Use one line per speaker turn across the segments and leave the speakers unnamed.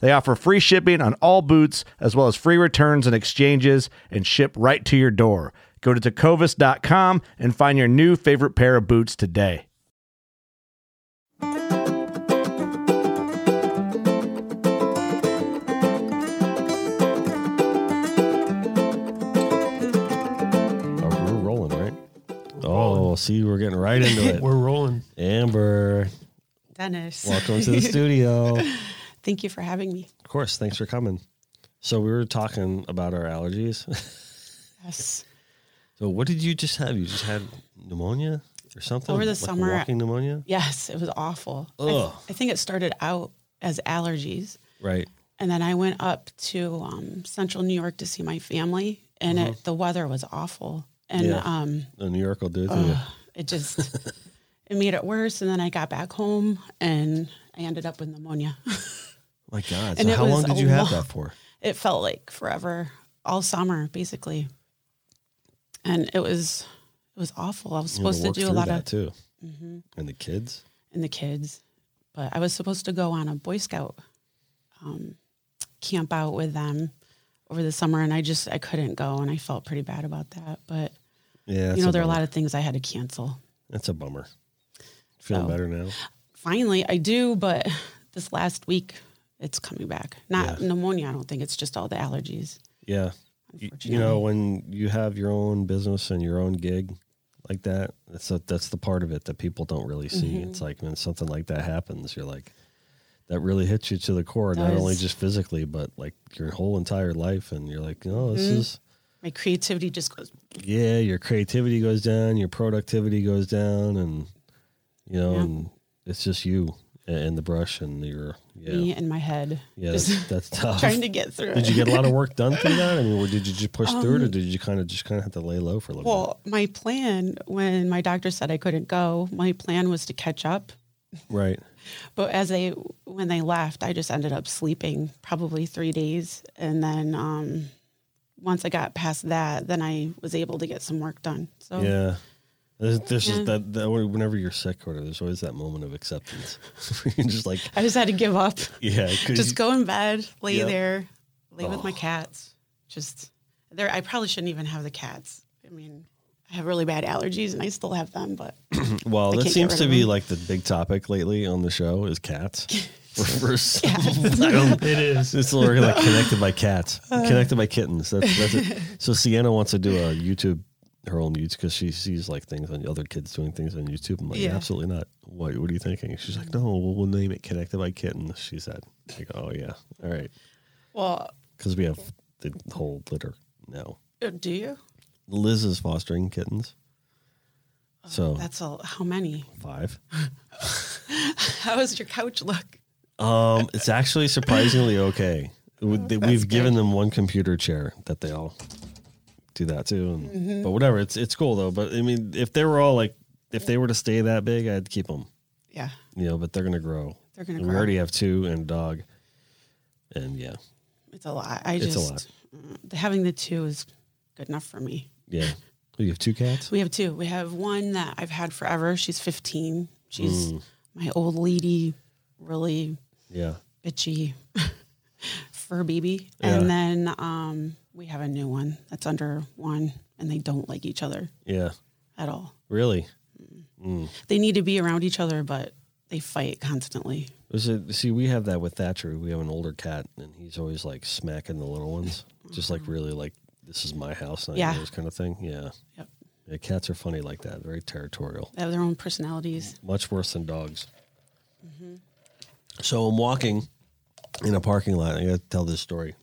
They offer free shipping on all boots, as well as free returns and exchanges, and ship right to your door. Go to tecovas.com and find your new favorite pair of boots today.
Oh, we're rolling, right? Oh, see, we're getting right into it.
We're rolling.
Amber,
Dennis.
welcome to the studio. Of
Thank you for having me.
course, thanks for coming. So we were talking about our allergies.
Yes.
So what did you just have? You just had pneumonia or something?
Over the
Like
summer-
walking pneumonia,
Yes, it was awful. I,
Ugh.
I think it started out as allergies.
right?
And then I went up to um, central New York to see my family, and it, the weather was awful. And
Uh-huh. Yeah.
um,
The New York will do it to you.
it just it made it worse. And then I got back home and I ended up with pneumonia.
My God!
and
So
it
how long
was
did
a
you have
long-
that for?
it felt like forever, all summer, basically. And it was it was awful. I was
You had
supposed to,
work
do a
through
lot
that
of Mm-hmm.
too. And the kids.
and the kids. But I was supposed to go on a Boy Scout um, camp out with them over the summer, and I just I couldn't go, and I felt pretty bad about that. But
Yeah,
you know, there are a lot of things I had to cancel.
That's a bummer. Feeling
So-
better now.
Finally, I do, but this last week it's coming back. Not pneumonia, I don't think. It's just all the allergies.
Yeah. You, you know, when you have your own business and your own gig like that, that's a, that's the part of it that people don't really see.
Mm-hmm.
It's like when something like that happens, you're like, that really hits you to the core, not only
Does.
just physically, but like your whole entire life. And you're like, oh, this
Mm-hmm.
is,
My creativity just goes.
yeah, your creativity goes down, your productivity goes down, and, you know,
Yeah.
and it's just you and, and the brush and your,
Me
yeah.
and my head,
Yeah, that's,
just
that's tough.
trying to get through.
Did
it.
you get a lot of work done through that? I mean, or did you just push through it, or did you kind of just kind of have to lay low for a little
Um, Well, my plan when my doctor said I couldn't go, my plan was to catch up
bit? Right.
But as they when they left, I just ended up sleeping probably three days, and then um, once I got past that, then I was able to get some work done. So
Yeah. There's, there's
um, Yeah.
just that, that way- whenever you're sick or whatever, there's always that moment of acceptance. you're just like,
I just had to give up,
yeah, 'cause
just go in bed, lay
Yeah.
there, lay with my
Oh.
cats. Just there, I probably shouldn't even have the cats. I mean, I have really bad allergies, and I still have them, but
Well,
I
that
can't get
seems
rid
to
of
be
them.
like the big topic lately on the show is cats. For- for some-
It is.
It's literally like connected by cats, connected by kittens. That's, that's it. So Sienna wants to do a YouTube, her own YouTube, because she sees like things on other kids doing things on YouTube. I'm like,
Yeah.
absolutely not. What, what are you thinking? She's like, no, we'll, we'll name it connected by kittens. She said, like, oh yeah, all right,
well,
because we have the whole litter now.
uh, do you?
Liz is fostering kittens, so
Oh, That's all. How many?
five.
How does your couch look?
Um, it's actually surprisingly okay.
Oh,
We- they- We've given them one computer chair that they all do that too. And,
Mm-hmm.
But whatever, it's it's cool though. But I mean, if they were all like, if they were to stay that big, I'd keep them.
Yeah,
You know, but they're gonna grow.
They're gonna
And We
grow.
already have two and a dog. And yeah,
it's a lot. I
It's a
just
lot.
having the two is good enough for me.
Yeah. You have two cats?
We have two. We have one that I've had forever. She's 15. She's
Mm.
my old lady, really
Yeah.
bitchy fur baby.
Yeah.
And then um, we have a new one that's under one, and they don't like each other
Yeah.
at all.
Really?
They need to be around each other, but they fight constantly.
Was it, see, we have that with Thatcher. We have an older cat, and he's always like smacking the little ones, just like really like this is my house, not
Mm-hmm. Yeah.
yours, kind of thing. Yeah.
Yep.
yeah. Cats are funny like that. Very territorial.
They have their own personalities.
much worse than dogs. So I'm walking in a parking lot. I got to tell this story.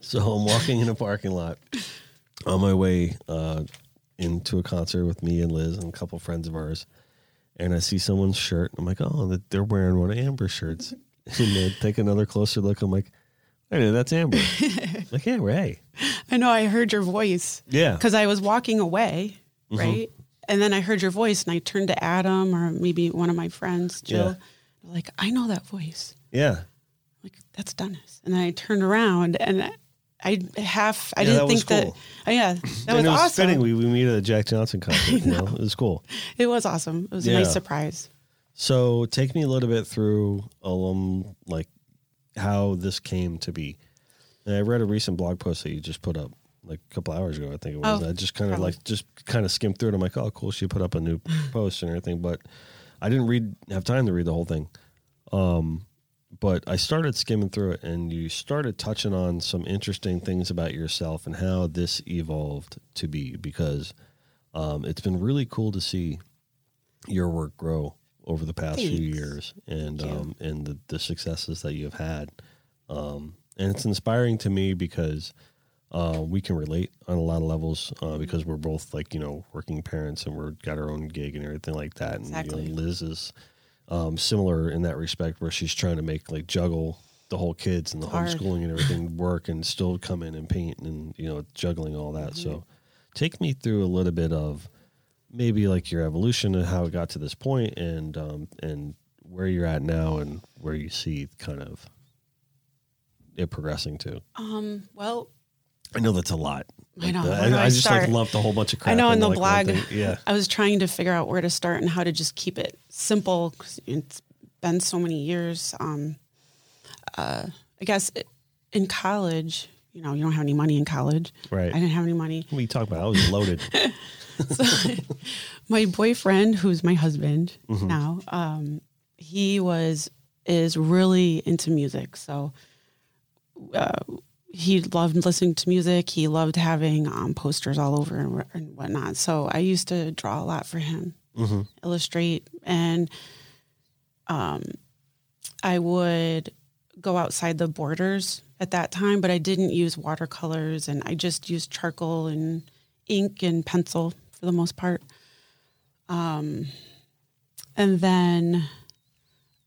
So I'm walking in a parking lot on my way uh, into a concert with me and Liz and a couple friends of ours, and I see someone's shirt. I'm like, oh, that- they're wearing one of Amber's shirts. and they take another closer look. I'm like, wait, a minute, that's Amber. like Amber, hey,
I know I heard your voice
yeah, Mm-hmm.
because I was walking away, right? And then I heard your voice, and I turned to Adam or maybe one of my friends, Jill. Like, I know that voice.
yeah.
like that's Dennis. And then I turned around and I, I half I
Yeah,
didn't
that was
think that
cool.
oh, yeah that was,
and it was
awesome.
fitting. We we meet at a Jack Johnson concert. you know, it was cool.
It was awesome. It was
Yeah.
a nice surprise.
So take me a little bit through alum like how this came to be. And I read a recent blog post that you just put up like a couple hours ago, I think it was.
Oh,
and I just kind of
probably.
like just kind of skimmed through it. I'm like, oh, cool. She put up a new post and everything, but I didn't read have time to read the whole thing. Um, but I started skimming through it, and you started touching on some interesting things about yourself and how this evolved to be because um, it's been really cool to see your work grow over the past few
Thanks.
years and
Thank you.
um, and the, the successes that you've had. Um, and it's inspiring to me because uh, we can relate on a lot of levels uh,
Mm-hmm.
because we're both like you know working parents and we're got our own gig and everything like that. And
Exactly.
you know, Liz is um, similar in that respect where she's trying to make like juggle the whole kids and the
hard.
homeschooling and everything work and still come in and paint and you know juggling all that.
Mhm.
So take me through a little bit of maybe like your evolution and how it got to this point and um, and where you're at now and where you see kind of it progressing to.
Um, well,
I know that's a lot.
I know.
Like,
Where do I
just like
start?
lumped a whole bunch of crap.
I know in
into,
the
like, one
blog,
thing. Yeah.
I was trying to figure out where to start and how to just keep it simple 'cause it's been so many years. Um, uh, I guess it, in college, you know, you don't have any money in college.
Right.
I didn't have any money.
What are you talking about? I was loaded.
my boyfriend, who's my husband now, um, he was is really into music. So uh, he loved listening to music. He loved having um, posters all over and, wh- and whatnot. So I used to draw a lot for him, illustrate, and um, I would go outside the borders at that time. But I didn't use watercolors, and I just used charcoal and ink and pencil for the most part Um, and then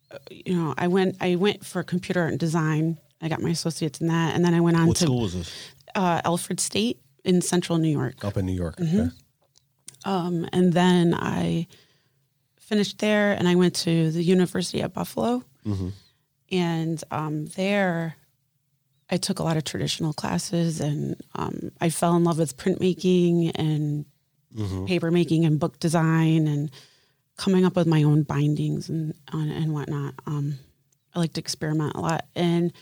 uh, you know i went i went for computer art and design i got my associates in that and then i went on
what
to
school was this?
uh, alfred state in central new york
Up in New York.
Mm-hmm.
Okay.
um, and then i finished there and i went to the university at buffalo and um, there i took a lot of traditional classes and um, i fell in love with printmaking and paper making and book design and coming up with my own bindings and on, and whatnot. Um, I like to experiment a lot, and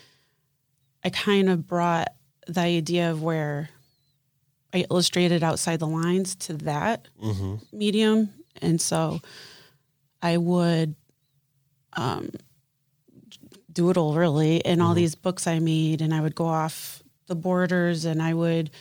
I kind of brought the idea of where I illustrated outside the lines to that medium, and so I would um, doodle really in
Mm-hmm.
all these books I made, and I would go off the borders, and I would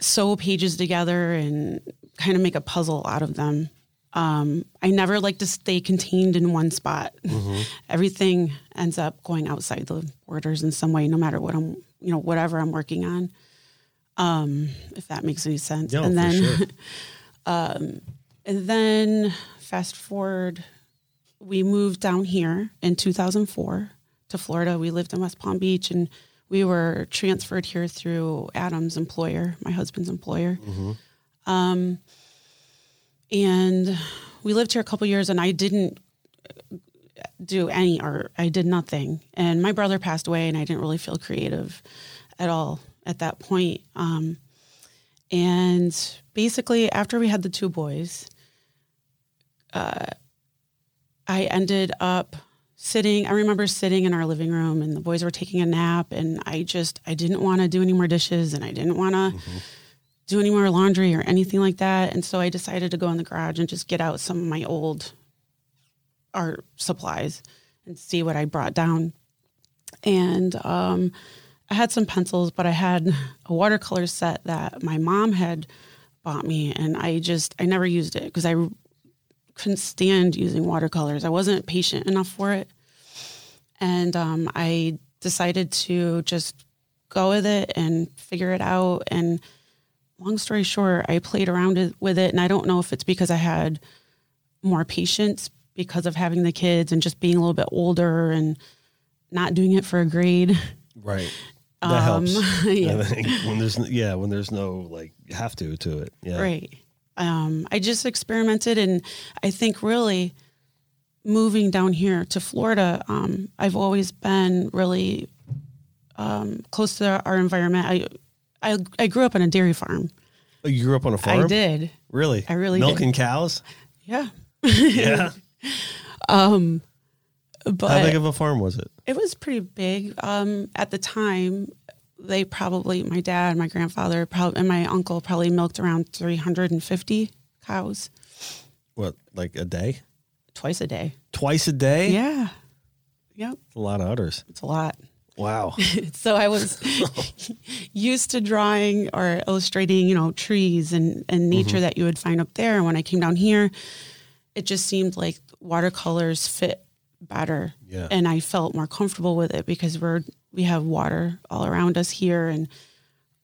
sew pages together and kind of make a puzzle out of them. Um, I never like to stay contained in one spot.
Mm-hmm.
Everything ends up going outside the borders in some way, no matter what I'm, you know, whatever I'm working on. Um, if that makes any sense.
Yeah,
and
for
then, um,
sure.
and then fast forward, we moved down here in 2004 to Florida. We lived in West Palm Beach and we were transferred here through Adam's employer, my husband's employer. Um, and we lived here a couple years and I didn't uh, do any art. I did nothing. And my brother passed away and I didn't really feel creative at all. at that point. Um, and basically, after we had the two boys, uh, I ended up sitting. I remember sitting in our living room, and the boys were taking a nap, and I just I didn't want to do any more dishes, and I didn't want to do any more laundry or anything like that. And so I decided to go in the garage and just get out some of my old art supplies and see what I brought down. And um, I had some pencils, but I had a watercolor set that my mom had bought me, and I just I never used it because I couldn't stand using watercolors. I wasn't patient enough for it, and um, I decided to just go with it and figure it out. And long story short, I played around it- with it, and I don't know if it's because I had more patience because of having the kids and just being a little bit older and not doing it for a grade.
Right. That
Um,
helps.
yeah.
I think when there's n- yeah, when there's no like have to to it. Yeah.
Right. Um, I just experimented, and I think really moving down here to Florida, um, I've always been really um, close to our environment. I, I I grew up on a dairy farm.
Oh, You grew up on a farm.
I did.
Really.
I really did.
milking cows.
Yeah.
Yeah. How
But
big of a farm was it?
it was pretty big um, at the time. They probably my dad, and my grandfather, probably and my uncle probably milked around 350 cows
What like a day?
twice a day.
Twice a day.
Yeah. Yep.
A lot of udders.
It's a lot.
Wow.
So I was used to drawing or illustrating, you know, trees and, and nature that you would find up there. And when I came down here, it just seemed like watercolors fit better.
Yeah.
And I felt more comfortable with it because we're we have water all around us here and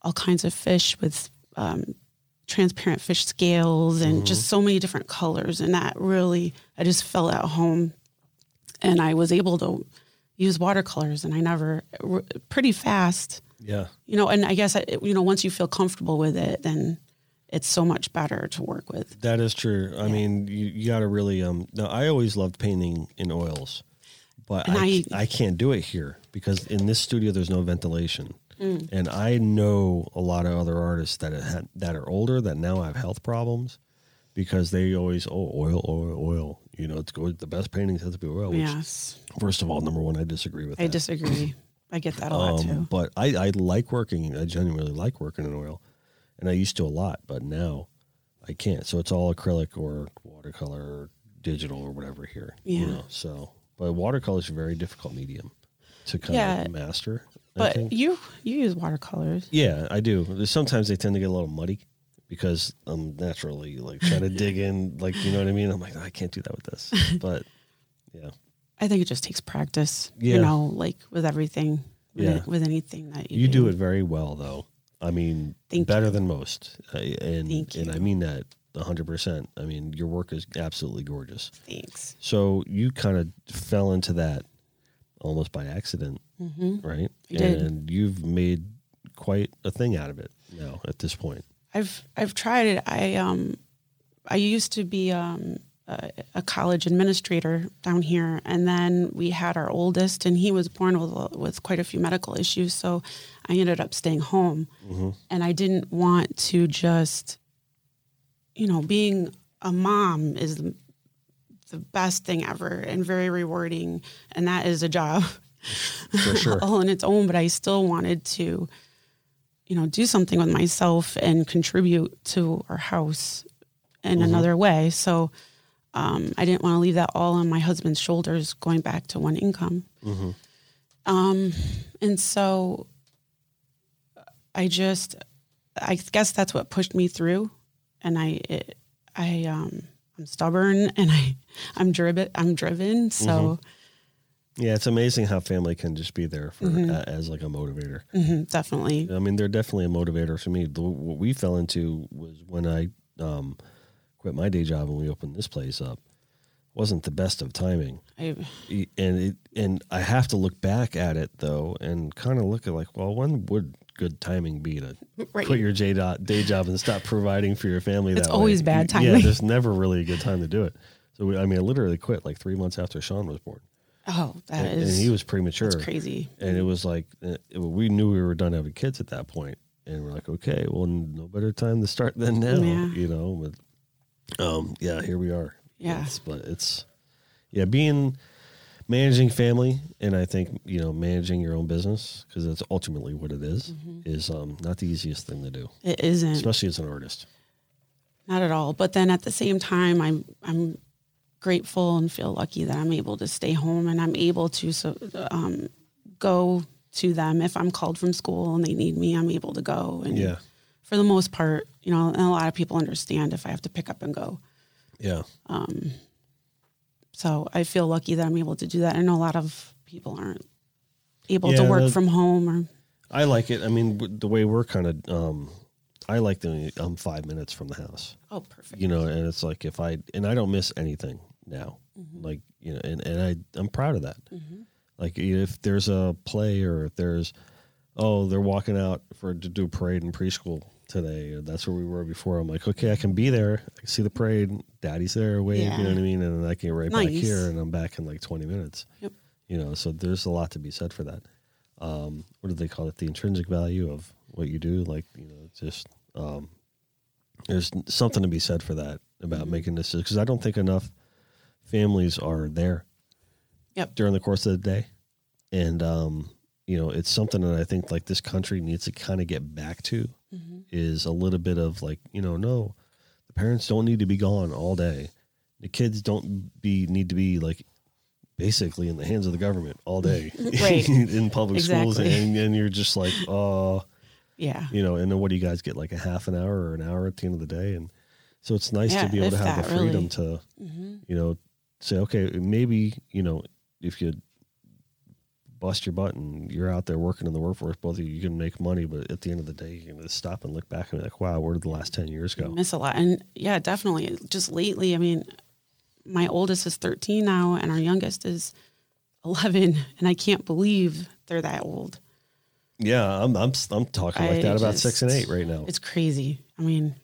all kinds of fish with um, transparent fish scales and just so many different colors. And that really, I just felt at home and I was able to use watercolors and I never r- pretty fast,
yeah.
you know, and I guess I, you know once you feel comfortable with it then it's so much better to work with.
That is true. I mean, you, you got to really. Um, no, I always loved painting in oils, but
And
I,
I-
I can't do it here because in this studio there's no ventilation, and I know a lot of other artists that had, that are older that now have health problems because they always oh oil oil oil. You know, it's good. The best paintings have to be oil. Which,
Yes.
First of all, number one, I disagree with.
I
that.
disagree. I get that a lot too.
Um, But I, I like working. I genuinely like working in oil, and I used to a lot, but now I can't. So it's all acrylic or watercolor, or digital or whatever here.
Yeah.
You know, so but watercolor is a very difficult medium to kind
Yeah.
of master. I
But
think.
you you use watercolors.
yeah, I do. There's- Sometimes they tend to get a little muddy because I'm naturally like trying to dig in, like you know what I mean. I'm like I can't do that with this, but yeah.
I think it just takes practice,
Yeah.
you know, like with everything, with,
Yeah.
with anything that you,
You do it very well, though. I mean,
Mm-hmm. Thank
better than most, I, and
Thank
and
you.
I mean that hundred percent. I mean, your work is absolutely gorgeous.
Thanks.
So you kind of fell into that almost by accident,
hmm
right?
I did.
And you've made quite a thing out of it now at this point.
I've I've tried it. I um I used to be um a, a college administrator down here, and then we had our oldest, and he was born with a- with quite a few medical issues, so I ended up staying home,
Mm-hmm.
and I didn't want to just, you know, being a mom is the, the best thing ever and very rewarding, and that is a job
For sure.
all on its own, but I still wanted to, you know, do something with myself and contribute to our house in
Mm-hmm.
another way. So um, I didn't want to leave that all on my husband's shoulders going back to one income.
Mm-hmm.
Um, and so I just, I guess that's what pushed me through. And I, it, I, um, I'm stubborn and I, I'm driven, I'm driven. So,
Yeah, it's amazing how family can just be there for
Mm-hmm.
a- as like a motivator.
mhm, definitely.
I mean, they're definitely a motivator for me. The, what we fell into was when I um, quit my day job and we opened this place up. Wasn't the best of timing,
I,
E- and it, and I have to look back at it though, and kind of look at like, well, when would good timing be to
Right.
quit your day, do- day job and stop providing for your family?
It's
that
always
way?
bad
Y- Yeah,
timing.
there's never really a good time to do it. So we, I mean, I literally quit like three months after Sean was born.
Oh, that
and,
is
and he was premature.
that's crazy.
and it was like uh, we knew we were done having kids at that point and we're like okay well no better time to start than now
Yeah.
you know but um yeah here we are
Yeah.
It's- but it's yeah being managing family and i think you know managing your own business because that's ultimately what it is,
Mm-hmm.
is um not the easiest thing to do
It isn't.
especially as an artist
Not at all. But then at the same time, I'm I'm grateful and feel lucky that I'm able to stay home and I'm able to so um, go to them if I'm called from school and they need me. I'm able to go. And
yeah
for the most part, you know, and a lot of people understand if I have to pick up and go.
yeah
So I feel lucky that I'm able to do that. I know a lot of people aren't able to
Yeah,
work
that-
from home or
i like it i mean w- the way we're kind of um i like the i'm five minutes from the house
oh perfect.
you know and it's like if i and i don't miss anything now like you know and, and i i'm proud of that like you know, if there's a play or if there's oh they're walking out for to do a parade in preschool today or that's where we were before i'm like okay i can be there i can see the parade daddy's there wave you know what i mean and then i can get right back
Nice.
here and i'm back in like 20 minutes
Yep.
you know so there's a lot to be said for that um what do they call it the intrinsic value of what you do like you know it's just um there's something to be said for that about
Mm-hmm.
making this because I don't think enough families are there
Yep.
during the course of the day, and um, you know it's something that I think like this country needs to kind of get back to
Mm-hmm.
is a little bit of like you know no, the parents don't need to be gone all day, the kids don't be need to be like basically in the hands of the government all day
Right.
in public schools
Exactly.
and, and you're just like oh
Yeah.
you know, and then what do you guys get like a half an hour or an hour at the end of the day? And so it's nice
Yeah,
to be able to
if
have
that,
the freedom
really.
to,
hmm
you know, say, okay, maybe, you know, if you bust your butt and you're out there working in the workforce, both of you, you can make money, but at the end of the day, you can just stop and look back and be like, wow, where did the last 10 years
I
go?
miss a lot. And yeah, definitely. Just lately, I mean, my oldest is 13 now, and our youngest is 11, and I can't believe they're that old.
Yeah, I'm, I'm, I'm talking like
Mm-hmm. I
that about
just-
six and eight right now.
It's crazy. I mean,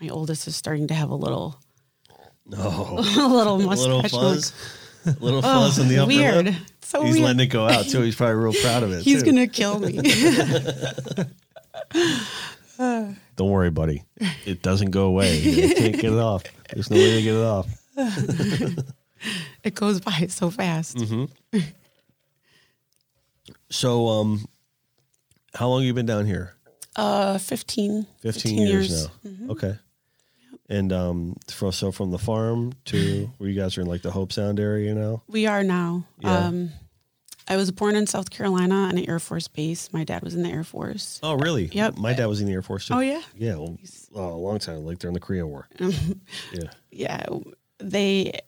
my oldest is starting to have a little,
No,
a little mustache.
little
look. Oh,
fuzz, little fuzz in the upper
weird.
lip.
It's so
He's
weird.
letting it go out too. He's probably real proud of it.
He's
too.
gonna kill me.
Don't worry, buddy. It doesn't go away. You can't get it off. There's no way to get it off.
it goes by so fast.
Mm-hmm. So, um, how long you been down here?
Uh, 15,
15, years, now.
Mm-hmm.
Okay. And um, from, so from the farm to where you guys are in like the Hope Sound area now.
We are now.
Yeah.
Um, I was born in South Carolina on an Air Force base. My dad was in the Air Force.
Oh, really?
Yep.
My dad was in the Air Force too.
Oh, yeah?
Yeah. Well, oh, a long time, like during the Korean War. yeah.
yeah, they,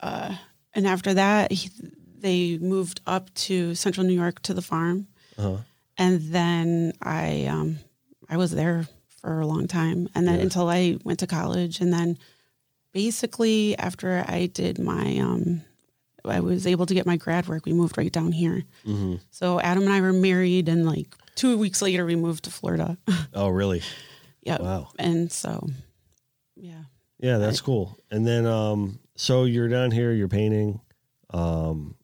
uh, and after that, he, they moved up to central New York to the farm. And then I, um, I was there for a long time. And then until I went to college. And then basically after I did my, um, I was able to get my grad work, we moved right down here.
Mm-hmm.
So Adam and I were married. And like two weeks later, we moved to Florida.
Oh, really?
yeah.
Wow.
And so, yeah.
Yeah, that's cool. And then, um, so you're down here, you're painting, um,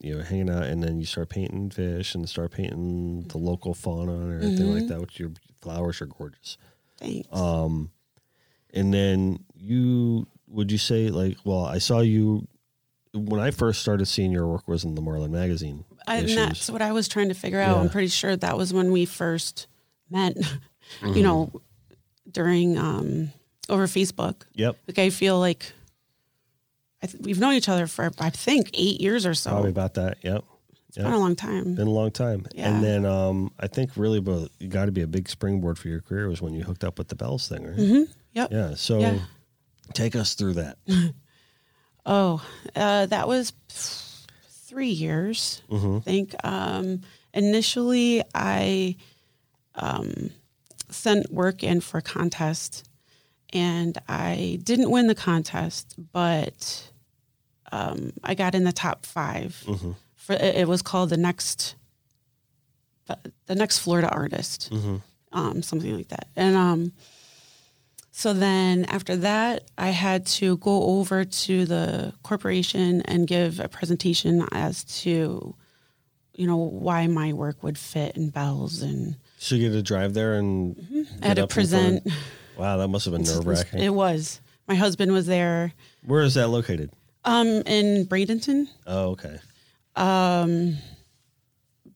you know, hanging out, and then you start painting fish and start painting the local fauna and everything like that. Which your flowers are gorgeous.
Thanks.
Um, and then you would you say like, well, I saw you when I first started seeing your work was in the Marlin magazine.
I, and
issues.
that's what I was trying to figure out. I'm
Yeah.
pretty sure that was when we first met,
Mm-hmm.
you know, during um, over Facebook.
Yep,
Like I feel like I th- we've known each other for I think eight years or so.
probably about that. Yep,
It's been a long time.
been a long time.
Yeah.
And then um, I think really, but you got to be a big springboard for your career was when you hooked up with the Bells thing, right?
yep.
Yeah. So
Yeah.
take us through that.
Oh, uh, that was three years, I think. Um, initially, I um, sent work in for a contest, and I didn't win the contest, but um, I got in the top 5 For it it was called the next, the, the next Florida artist, um, something like that, and um, So then after that, I had to go over to the corporation and give a presentation as to, you know, why my work would fit in bells and
So you get to drive there and get
I had to
up in front-
Mm-hmm. present.
Wow, that must have been nerve wracking.
It was. My husband was there
Where is that located?
um, in Bradenton.
Oh, okay.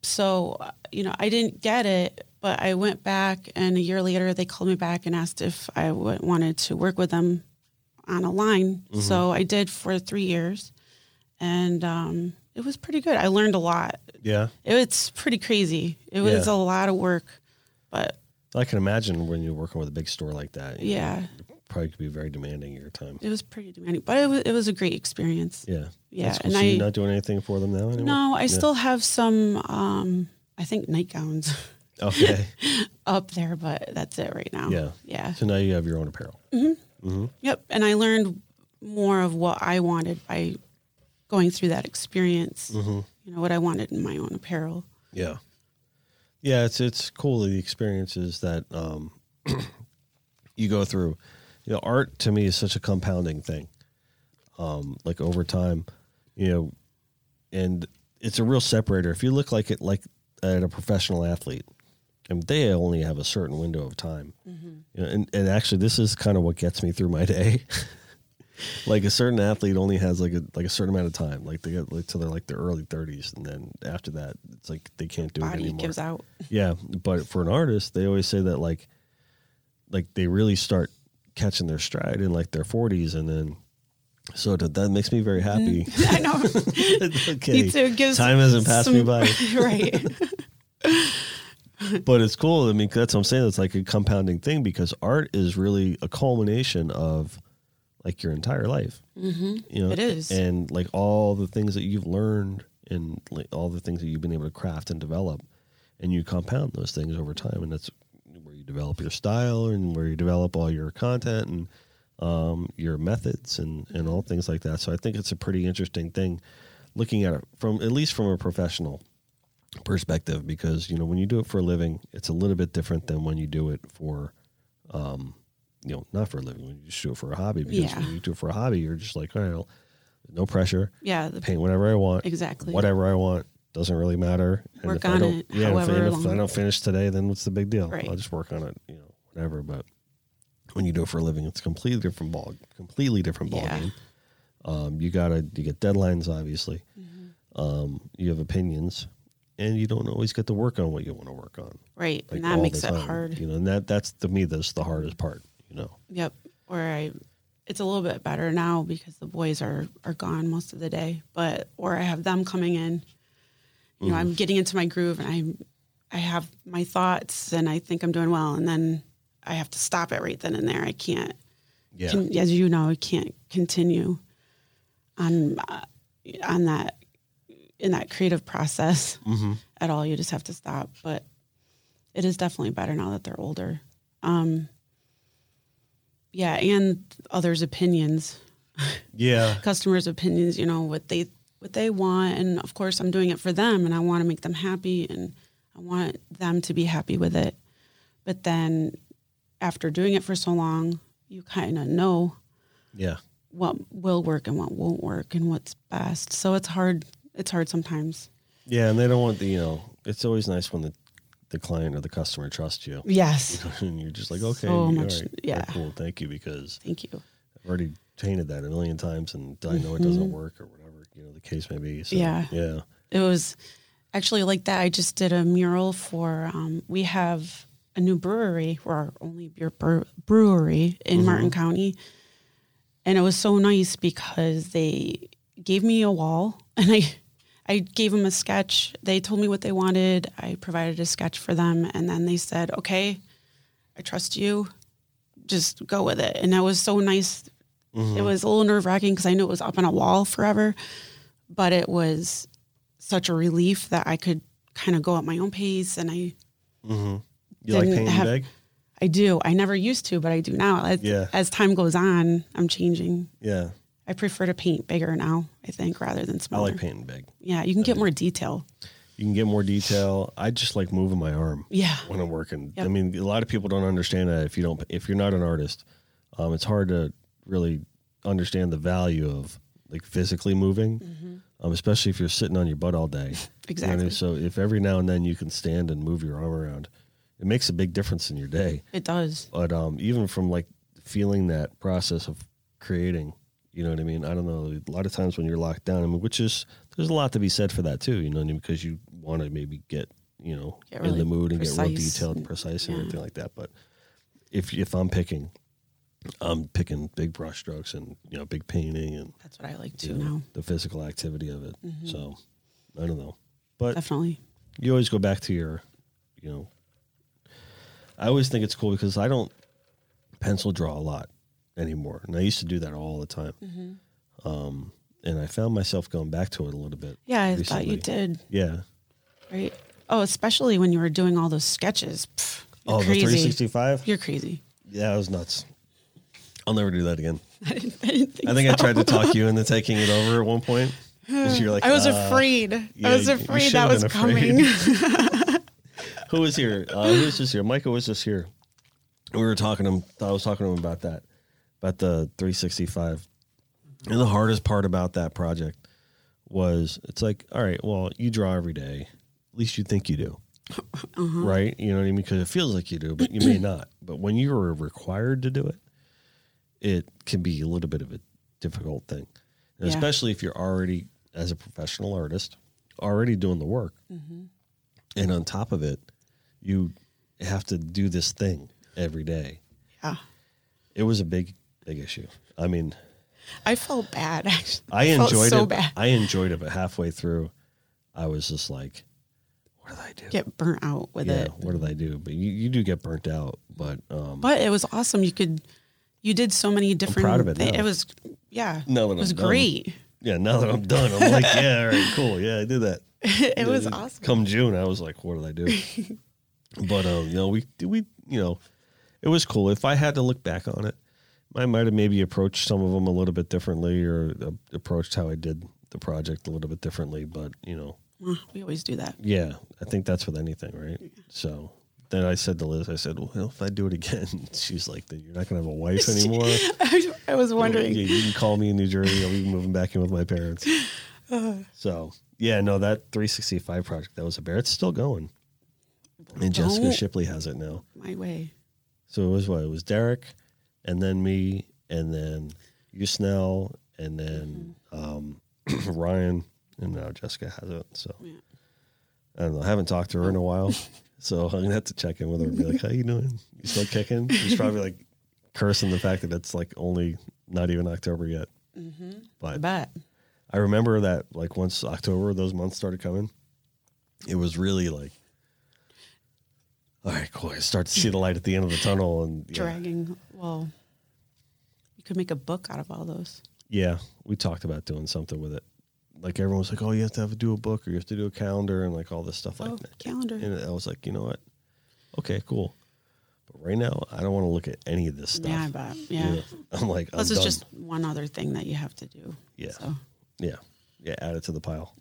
so uh, you know i didn't get it but i went back and a year later they called me back and asked if I w- wanted to work with them on a line
Mm-hmm.
so i did for three years and um, it was pretty good i learned a lot
Yeah,
it was pretty crazy it was
Yeah.
a lot of work but
I can imagine when you're working with a big store like that. you
yeah
probably could be very demanding your time.
it was pretty demanding but it was, it was a great experience
Yeah,
Yeah,
That's cool.
and
so you're
I-
not doing anything for them now anymore.
no i still have some um, i think nightgowns
Okay.
up there but that's it right now
Yeah.
yeah
so now you have your own apparel.
Yep. And I learned more of what I wanted by going through that experience.
Mm-hmm.
You know, what I wanted in my own apparel.
Yeah. Yeah, it's it's cool the experiences that um, you go through. You know, art to me is such a compounding thing. Um, like over time, you know, and it's a real separator. If you look like it like at a professional athlete, and they only have a certain window of time.
Mm-hmm.
You know, and, and actually this is kind of what gets me through my day. like a certain athlete only has like a like a certain amount of time. Like they get like to their like their early thirties and then after that it's like they can't do it
Body
anymore.
gives out.
Yeah, but for an artist, they always say that like, like they really start catching their stride in like their forties, and then so that, that makes me very happy.
I know.
okay,
Me too. It gives
time hasn't passed me
some-
by,
right.
but it's cool. I mean, that's what I'm saying. It's like a compounding thing because art is really a culmination of like your entire life. Mm-hmm. You know,
It is.
and like all the things that you've learned and like all the things that you've been able to craft and develop, and you compound those things over time, and that's where you develop your style and where you develop all your content and um, your methods and and all things like that. So I think it's a pretty interesting thing, looking at it from at least from a professional perspective, because you know when you do it for a living, it's a little bit different than when you do it for um, you know, not for a living. When you just do it for a hobby, because
Yeah.
when you do it for a hobby, you're just like, all right, well, no pressure,
Yeah. The,
paint whatever I want,
Exactly.
whatever I want doesn't really matter. And
Work
if I
on
don't,
it
yeah, and if-
however
and if, I
long.
don't finish today, then what's the big deal?
Right.
I'll just work on it, you know, whatever. But when you do it for a living, it's a completely different ball, completely different ball
Yeah.
game. Um, you gotta, you get deadlines, obviously.
Mm-hmm.
Um, you have opinions, and you don't always get to work on what you want to work on.
right.
like,
and
all
that
the
makes it
time,
hard.
You know, and that that's to me that's the hardest part. You know.
Yep. Or I it's a little bit better now because the boys are are gone most of the day, but or I have them coming in. You know, I'm getting into my groove and I'm I have my thoughts and I think I'm doing well and then I have to stop it right then and there. I can't
Yeah.
can, as you know, I can't continue on uh, on that in that creative process at all. You just have to stop. But it is definitely better now that they're older. Um, yeah, and others' opinions,
yeah.
customers' opinions. You know what they what they want, and of course, I'm doing it for them, and I want to make them happy, and I want them to be happy with it. But then, after doing it for so long, you kind of know
Yeah.
what will work and what won't work and what's best. So it's hard. It's hard sometimes.
Yeah, and they don't want the you know. It's always nice when the the client or the customer trusts you,
Yes.
and you're just like, okay,
So
all
much-
right,
yeah.
cool, thank you, because
Thank you.
I've already painted that a million times, and I know it doesn't work or whatever you know the case may be. So,
Mm-hmm. Yeah.
yeah,
It was actually like that. I just did a mural for. Um, we have a new brewery. We're our only beer bre- brewery in Martin County, and it was so nice because they gave me a wall, and I, I gave them a sketch. They told me what they wanted. I provided a sketch for them, and then they said, "Okay, I trust you. Just go with it." And that was so nice. It was a little nerve wracking because I knew it was up on a wall forever, but it was such a relief that I could kind of go at my own pace. And I,
you like
Didn't
painting
have-
big?
I do. I never used to, but I do now. As,
Yeah.
as time goes on, I'm changing.
Yeah,
I prefer to paint bigger now, I think, rather than
I
smaller.
like painting big.
Yeah, you can get more detail.
You can get more detail. I just like moving my arm.
Yeah.
when I'm working. I
Yep.
mean, a lot of people don't understand that if you don't, if you're not an artist, um, it's hard to really understand the value of like physically moving, um, especially if you're sitting on your butt all day. You know what I mean?
Mm-hmm. Exactly.
So if every now and then you can stand and move your arm around, it makes a big difference in your day.
It does.
But um, even from like feeling that process of creating, you know what I mean? I don't know. A lot of times when you're locked down, I mean, which is there's a lot to be said for that too. You know, what I mean? because you want to maybe get you know
Get
in the
really
mood and get real
precise
detailed and
and-
precise and
yeah.
everything like that. But if if I'm picking, I'm picking big brush strokes and you know big painting and
That's what I like
you
to Mm-hmm.
know,
now.
the physical activity of it. So I don't know, but
Definitely.
you always go back to your, you know. I always think it's cool because I don't pencil draw a lot anymore, and I used to do that all the time. Um, and I found myself going back to it a little bit.
Mm-hmm. Yeah, I thought
recently.
you did.
Yeah.
Right. Oh, especially when you were doing all those sketches. Pff, you're
Oh, the
crazy.
365.
You're crazy.
Yeah, that was nuts. I'll never do that again.
I didn't, I didn't think
I think I
so.
tried to talk you into taking it over at one point. 'cause You're like,
Hmm. I was
uh,
afraid.
yeah,
I was
you- you
afraid
should have
that was
been
coming.
afraid. Who was here? Uh, who was just here? Michael was just here. We were talking to him. I was talking to him about that, about the 365. And the hardest part about that project was it's like, all right, well, you draw every day. At least you think you do. Right? You know what I mean? Because it feels like you do, but you may not. But when you are required to do it, it can be a little bit of a difficult thing, And
Yeah.
especially if you're already, as a professional artist, already doing the work. And on top of it, you have to do this thing every day.
yeah.
It was a big, big issue. I mean,
I felt bad. Actually.
I
felt
enjoyed
so
it.
bad.
I enjoyed it, but halfway through, I was just like, "What did I do?
Get burnt out with
yeah,
it.
what did I do?" But you, you do get burnt out. But um,
But it was awesome. You could, you did so many different.
proud of it
thi-
now.
It was, yeah.
Now that
it was
I'm done.
great.
yeah, now that I'm done, I'm like, "Yeah, all right, cool. Yeah, I did that."
it was
And
awesome.
Come June, I was like, "What did I do?" but um, you know, we we you know, it was cool. If I had to look back on it, I might have maybe approached some of them a little bit differently, or uh, approached how I did the project a little bit differently. But you know,
Well, We always do that.
Yeah, I think that's with anything, right? So then I said to Liz, I said, "Well, if I do it again," she's like, "Then you're not gonna have a wife anymore."
I, was wondering.
Yeah, you can call me in New Jersey. I'll be moving back in with my parents. So yeah, no, that 365 project that was a bear. It's still going, and Jessica
Don't-
Shipley has it now.
My way.
So it was what it was Derek, and then me, and then you Snell, and then um, Ryan, and now Jessica has it. So
Yeah.
I don't know. I haven't talked to her in a while, so I'm gonna have to check in with her and be like, "How you doing? You still kicking?" She's probably like cursing the fact that it's like only not even October yet.
I
But
bet.
I remember that like once October, those months started coming, it was really like, "All right, cool." I start to see the light at the end of the tunnel, and yeah.
Dragging. Well, you could make a book out of all those.
Yeah, we talked about doing something with it. Like everyone was like, "Oh, you have to have do a book, or you have to do a calendar, and like all this stuff
Oh,
like that."
calendar.
And I was like, you know what? Okay, cool. But right now, I don't want to look at any of this stuff.
Yeah, I bet. Yeah.
I'm like, I'm
Plus,
done.
it's just one other thing that you have to do.
Yeah.
So,
yeah, yeah. Add it to the pile.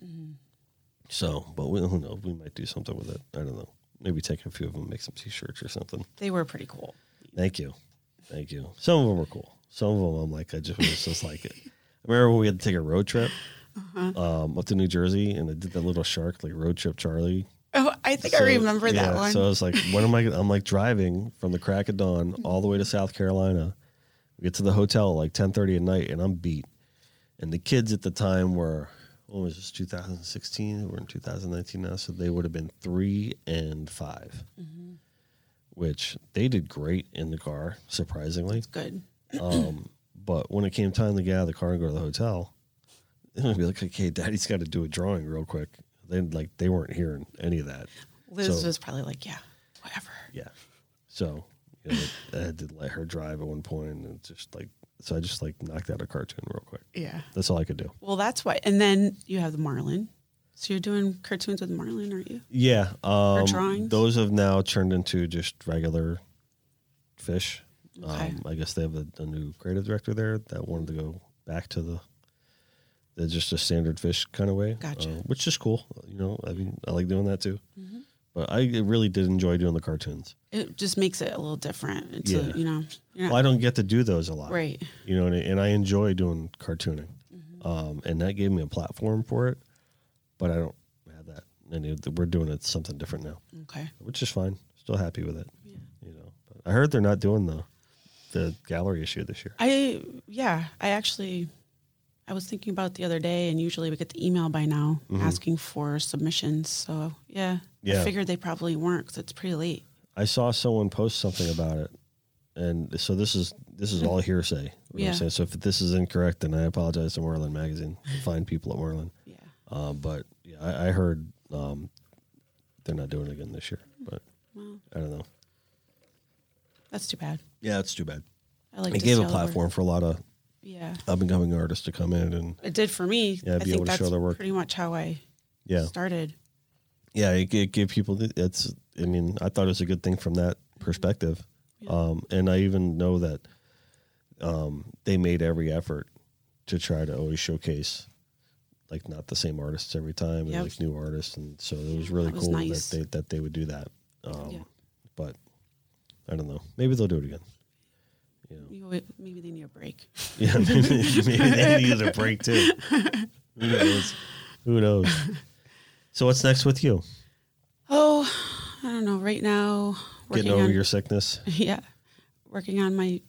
So, but we who knows? We might do something with it. I don't know. Maybe take a few of them, make some t-shirts or something.
they were pretty cool.
Thank you, thank you. Some of them are cool. Some of them, I'm like, I just was just like it. I remember when we had to take a road trip um, up to New Jersey, and I did that little shark like road trip Charlie
Oh, I think
So,
I remember
yeah,
that one.
So I was like, when am I? I'm like driving from the crack of dawn all the way to South Carolina. We get to the hotel at like 10:30 at night, and I'm beat. And the kids at the time were, what was this? 2016. We're in 2019 now, so they would have been three and 5
Mm-hmm.
which they did great in the car, surprisingly.
Good.
Um, but when it came time to get out of the car and go to the hotel, it would be like, okay, daddy's got to do a drawing real quick. Then like they weren't hearing any of that.
Liz
So-
was probably like, yeah, whatever.
Yeah. So you know, I had to let her drive at one point, and it's just like so, I just like knocked out a cartoon real quick.
Yeah.
That's all I could do.
Well, that's why. And then you have the Marlin. So you're doing cartoons with Marlin, aren't you?
Yeah. Um,
drawings?
Those have now turned into just regular fish.
Okay.
Um, I guess they have a, a new creative director there that wanted to go back to the, the just a standard fish kind of way,
Gotcha. Mm-hmm.
uh, which is cool. You know, I mean, I like doing that too. But I really did enjoy doing the cartoons.
It just makes it a little different. It's
Yeah.
a, you know, you're
Well,
not,
I don't get to do those a lot.
right.
you know, and, and I enjoy doing cartooning, um, and that gave me a platform for it. But I don't have that, and it- we're doing it something different now,
Okay.
which is fine. Still happy with it, you know. But I heard they're not doing the the gallery issue this year.
I yeah, I actually I was thinking about it the other day and usually we get the email by now asking for submissions. So, yeah,
Mm-hmm. Yeah.
I figured they probably weren't cuz it's pretty late.
I saw someone post something about it, and so this is this is all hearsay. you know what I'm
Yeah.
saying? So if this is incorrect, then I apologize to Merlin Magazine. Find people at Merlin.
Yeah.
Um, but yeah, I, I heard um, they're not doing it again this year. But
Well,
I don't know.
that's too bad.
Yeah, it's too bad.
I like
it
to
gave
see
a
all the work.
platform for a lot of
Yeah.
up and coming artists to come in and
It did for me.
Yeah,
I
be
think
able to show
that's
their work.
pretty much how I
yeah
started.
yeah it, it gave people the- it's i mean i thought it was a good thing from that perspective um and i even know that um they made every effort to try to always showcase like not the same artists every time
Yep.
and like new artists and so it was really
That was
cool
nice.
that they that they would do that um
Yeah.
but i don't know maybe they'll do it again
You always- Maybe they need a break.
Yeah, maybe, maybe they needed a break too. Who knows? Who knows? So what's next with you?
Oh, I don't know. Right now, working
Getting over
on,
your sickness?
yeah, working on my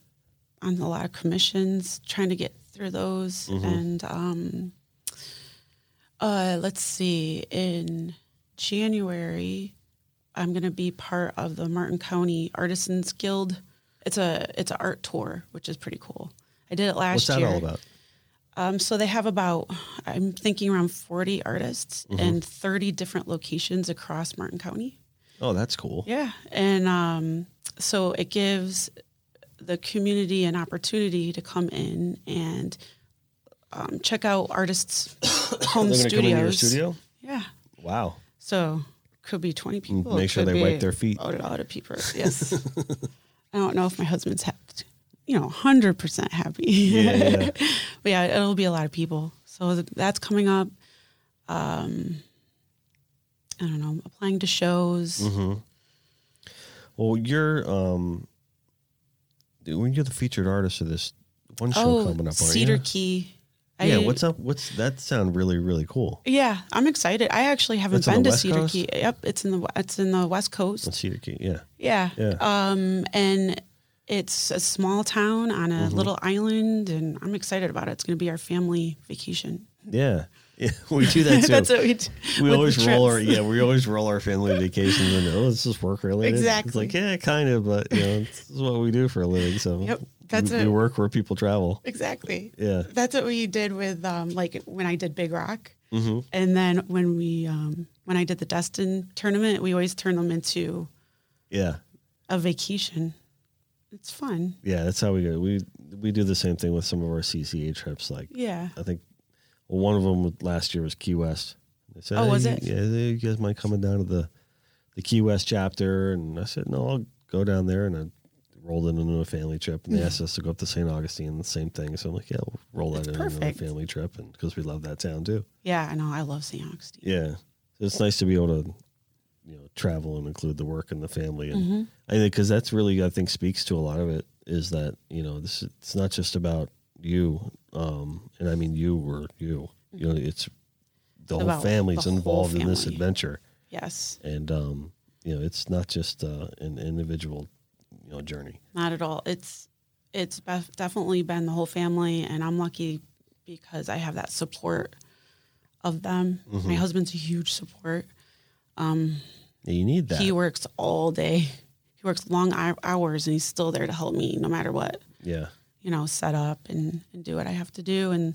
on a lot of commissions, trying to get through those,
Mm-hmm.
and um, uh, let's see. In January, I'm going to be part of the Martin County Artisans Guild. It's a it's an art tour, which is pretty cool. I did it last
What's that
year.
all about?
Um, so they have about, I'm thinking around 40 artists
Mm-hmm.
in 30 different locations across Martin County.
Oh, that's cool.
Yeah. And um, so it gives the community an opportunity to come in and um, check out artists' home
They're gonna
studios.
come into your studio.
Yeah.
Wow.
So could be 20 people.
Mm, make sure
could
they wipe
be
their feet.
A lot of people. Yes. I don't know if my husband's happy, you know, 100% happy.
Yeah, yeah.
But yeah, it'll be a lot of people. So th- that's coming up. Um, I don't know, applying to shows.
Mm-hmm. Well, you're um, dude, when you're the featured artist of this one show
Oh,
coming up, aren't
Cedar
you?
Key.
yeah. What's up? What's that? Sound really really cool.
Yeah, I'm excited. I actually haven't
That's on
been
the
to
West
Cedar
Coast?
Key. Yep, it's in the it's in the West Coast.
Cedar Key. Yeah.
Yeah.
Yeah.
Um, and it's a small town on a
Mm-hmm.
little island, and I'm excited about it. It's going to be our family vacation.
Yeah. Yeah. We do that too.
That's what we do.
we
with the
always roll our e-
trips.
yeah we always roll our family vacations and oh this is work related it's
Exactly.
like yeah kind of but you know this is what we do for a living so
Yep, that's
we,
it.
we work where people travel
Exactly.
Yeah.
That's what we did with um, like when I did Big Rock,
Mm-hmm.
and then when we um, when I did the Destin tournament, we always turn them into
yeah
a vacation. It's fun.
yeah that's how we go we we do the same thing with some of our CCA trips like
Yeah.
I think well, one of them was- last year was Key West they said
Oh,
"Hey,
was
you-
it?
yeah you guys mind coming down to the the Key West chapter and I said no I'll go down there and I rolled it into a family trip
Hmm.
and they asked us to go up to St Augustine the same thing so I'm like yeah we'll roll that in into a
perfect.
family trip and because we love that town too.
Yeah. I know. I love St. Augustine.
Yeah. So it's nice to be able to, you know, travel and include the work and the family. And
Mm-hmm.
I think, cause that's really, I think speaks to a lot of it is that, you know, this, it's not just about you. Um, and I mean you or you, you know, it's the whole
about
family's
the whole
involved in this
family.
adventure.
Yes.
And, um, you know, it's not just, uh, an individual, you know, journey.
Not at all. It's it's bef- definitely been the whole family, and I'm lucky because I have that support of them.
Mm-hmm.
My husband's a huge support.
You need that.
He works all day. He works long hou- hours, and he's still there to help me no matter what.
yeah.
You know, set up and, and do what I have to do. And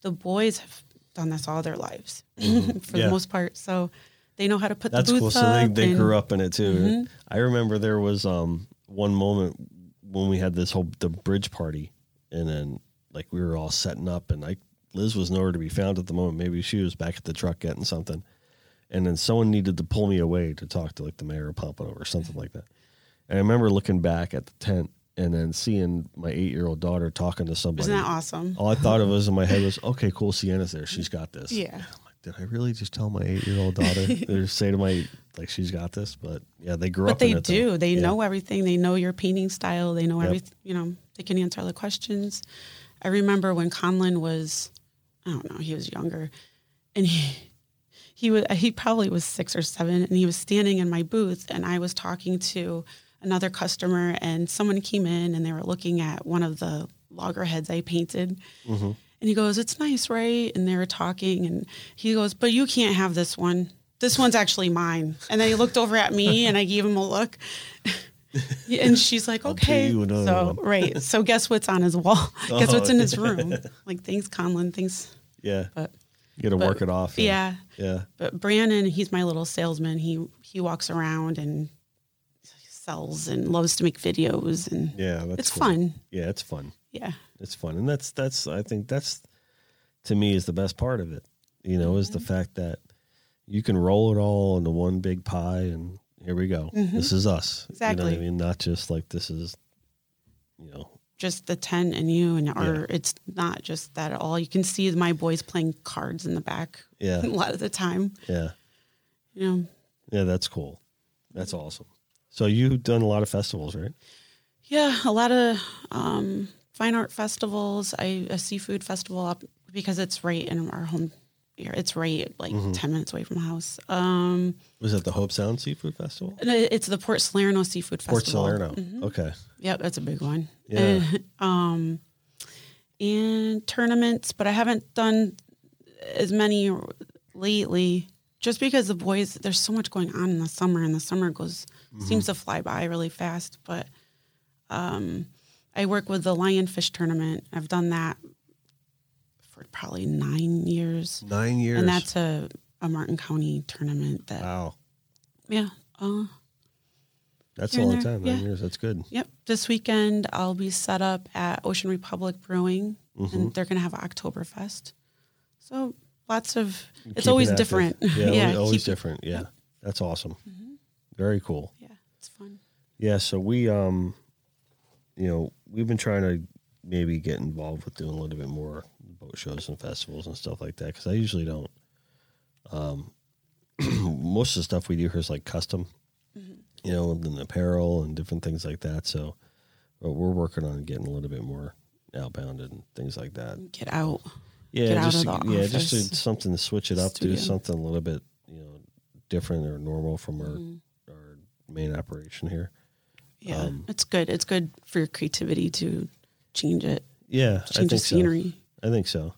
the boys have done this all their lives for
Mm-hmm. Yeah.
the most part, so they know how to put
That's
the
cool.
boots
So they,
up.
they
and- Mm-hmm.
grew up in it too. I remember there was um one moment when we had this whole the bridge party, and then like we were all setting up, and like Liz was nowhere to be found at the moment. Maybe she was back at the truck getting something, and then someone needed to pull me away to talk to like the mayor of Pompano or something like that. And I remember looking back at the tent and then seeing my eight year old daughter talking to somebody.
Isn't that awesome?
All I thought of was in my head was, okay, cool, Sienna's there. She's got this.
Yeah.
I'm like, did I really just tell my eight year old daughter or say to my like she's got this? But yeah, they grew
But
up. in
they
it, though.
do. They
Yeah.
know everything. They know your painting style. They know
Yep.
everything. You know, they can answer all the questions. I remember when Conlon was, I don't know, he was younger, and he he was he probably was six or seven, and he was standing in my booth, and I was talking to another customer, and someone came in, and they were looking at one of the loggerheads I painted.
Mm-hmm.
And he goes, It's nice, right? And they were talking, and he goes, But you can't have this one. This one's actually mine. And then he looked over at me and I gave him a look. and she's like, Okay.
you another
So,
one."
right. So, guess what's on his wall? guess what's in his room? Like, thanks, Conlon. Thanks.
Yeah,
But
you got to work it off.
yeah.
yeah.
But Brandon, he's my little salesman. He, he walks around and sells and loves to make videos. And
Yeah, that's
it's
cool.
fun.
Yeah, it's fun.
Yeah.
It's fun, and that's that's I think that's to me is the best part of it. You know, is
Mm-hmm.
the fact that you can roll it all into one big pie, and here we go. This is us. You know
Mm-hmm. Exactly.
what I mean, not just like this is, you know,
just the tent and you and or it's not just that at all. You can see my boys playing cards in the back
yeah,
a lot of the time.
yeah,
You know,
yeah. That's cool. That's awesome. So you've done a lot of festivals, right?
yeah, a lot of um, fine art festivals. I a seafood festival up because it's right in our home. Here. It's right like
Mm-hmm.
ten minutes away from the house. Um,
Was it the Hope Sound Seafood Festival?
and it- it's the Port Salerno Seafood
Port
Festival.
Salerno.
Mm-hmm.
Okay.
Yep, that's a big one.
Yeah.
Uh, um, and tournaments, but I haven't done as many lately, just because the boys. There's so much going on in the summer, and the summer goes
Mm-hmm.
seems to fly by really fast. But um, I work with the Lionfish tournament. I've done that for probably nine years,
Nine years.
and that's a, a Martin County tournament. That
wow.
yeah. Uh,
That's a
Here and
long
there,
time. Nine
yeah.
years. That's good.
Yep. This weekend, I'll be set up at Ocean Republic Brewing,
Mm-hmm.
and they're going to have Oktoberfest. So lots of, it's
Keep it
always
active.
different.
Yeah, always, always
keep- Mm-hmm.
different. Yeah, that's awesome. Very cool.
Yeah, it's fun.
Yeah, so we, um, you know, we've been trying to maybe get involved with doing a little bit more boat shows and festivals and stuff like that because I usually don't. Um, most of the stuff we do here is like custom,
Mm-hmm.
you know, and then apparel and different things like that. So, but we're working on getting a little bit more outbound and things like that.
Get out.
Yeah,
Mm, Get out
just
of
to,
the
yeah, just to
office.
something to switch it up, do
Studio.
something a little bit, you know, different or normal from our
Mm-hmm.
our main operation here.
Yeah,
Um,
it's good. It's good for your creativity to change it,
Yeah, I
change the
think
scenery.
so. I think so.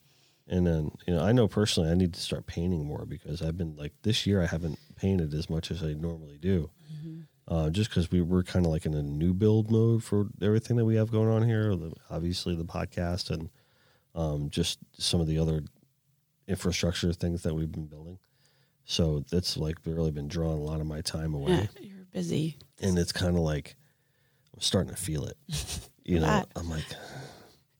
And then you know, I know personally, I need to start painting more because I've been like this year I haven't painted as much as I normally do,
Mm-hmm.
uh, just because we were kind of like in a new build mode for everything that we have going on here. the- Obviously, the podcast and um, just some of the other infrastructure things that we've been building. So that's like really been drawing a lot of my time away
Yeah, you're busy.
and it's kind of like I'm starting to feel it. You know,
Right.
I'm like,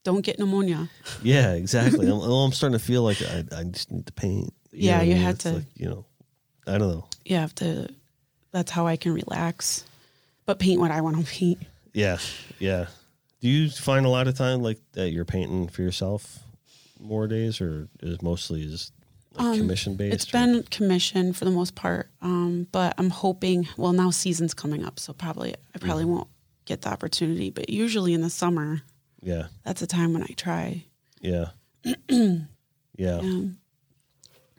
Don't get pneumonia.
yeah, exactly. I'm, oh, I'm starting to feel like I, I just need to paint.
Yeah,
what I
you
mean?
had
It's
to-
like, you know, I don't know.
You have to, that's how I can relax, but paint what I want to paint.
Yeah, yeah. Do you find a lot of time like that you're painting for yourself more days, or is mostly is like, commission based?
Um, It's
or-
been commission for the most part, um, but I'm hoping. Well, now season's coming up, so probably I probably
Mm-hmm.
won't get the opportunity. But usually in the summer,
yeah,
that's the time when I try.
yeah, yeah, yeah,
And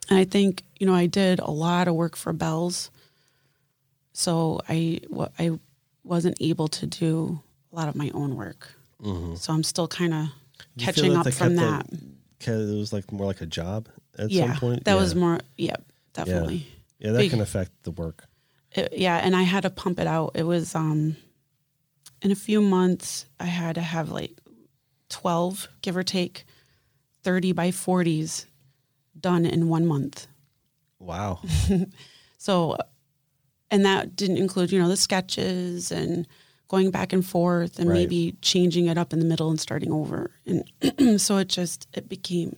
I think you know I did a lot of work for Bells, so I wa- I wasn't able to do a lot of my own work. So I'm still kind of
Mm-hmm. You feel
catching
that
up
they
from that.
kept the- kept- it was like more like a job at
yeah,
some point.
that
yeah.
was more. Yeah,
yeah.
definitely.
Yeah, that
Big-
can affect the work.
it, yeah and i had to pump it out it was um in a few months i had to have like 12 give or take 30 by 40s done in one month
Wow.
so and that didn't include you know the sketches and going back and forth and
Right.
maybe changing it up in the middle and starting over and so it just it became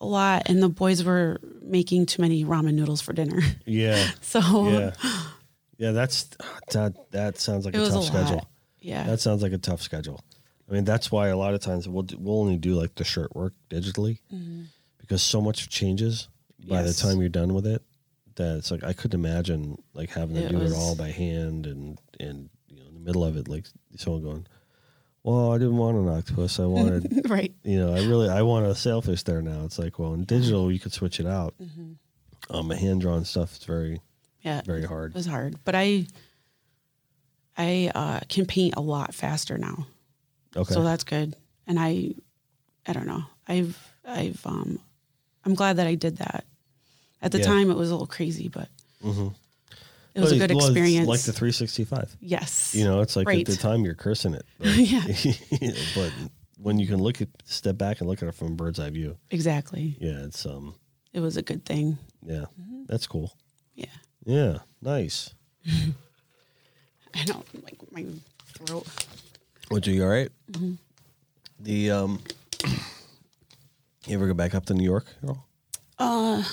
a lot and the boys were making too many ramen noodles for dinner
Yeah.
so
Yeah. Yeah, that's ah, that that sounds like
it
a
was
tough
a
schedule.
lot yeah
That sounds like a tough schedule. I mean, that's why a lot of times we'll do, we'll only do like the shirt work digitally because so much changes by
Mm-hmm. Yes.
the time you're done with it that it's like I couldn't imagine like having to
It
do
was-
it all by hand and and you know in the middle of it like someone going, well I didn't want an octopus I wanted
right.
you know I really I want a sailfish there now it's like well in digital you could switch it out um the hand drawn stuff it's very
Yeah.
very hard
Mm-hmm. It was hard, but I I uh, can paint a lot faster now,
okay
so that's good. And I I don't know. I've I've um I'm glad that I did that. At the
Yeah.
time, it was a little crazy, but
Mhm.
it was a
Well,
good
well, it's
experience.
like the 365
yes.
you know it's like
Right.
at the time you're cursing it but,
yeah.
you know, but when you can look at step back and look at it from a bird's eye view
Exactly.
yeah it's um
It was a good thing.
yeah
Mm-hmm.
that's cool
Yeah.
Yeah, nice.
I don't like my throat.
Would you all right?
Mm-hmm.
The um, you ever go back up to New York at all?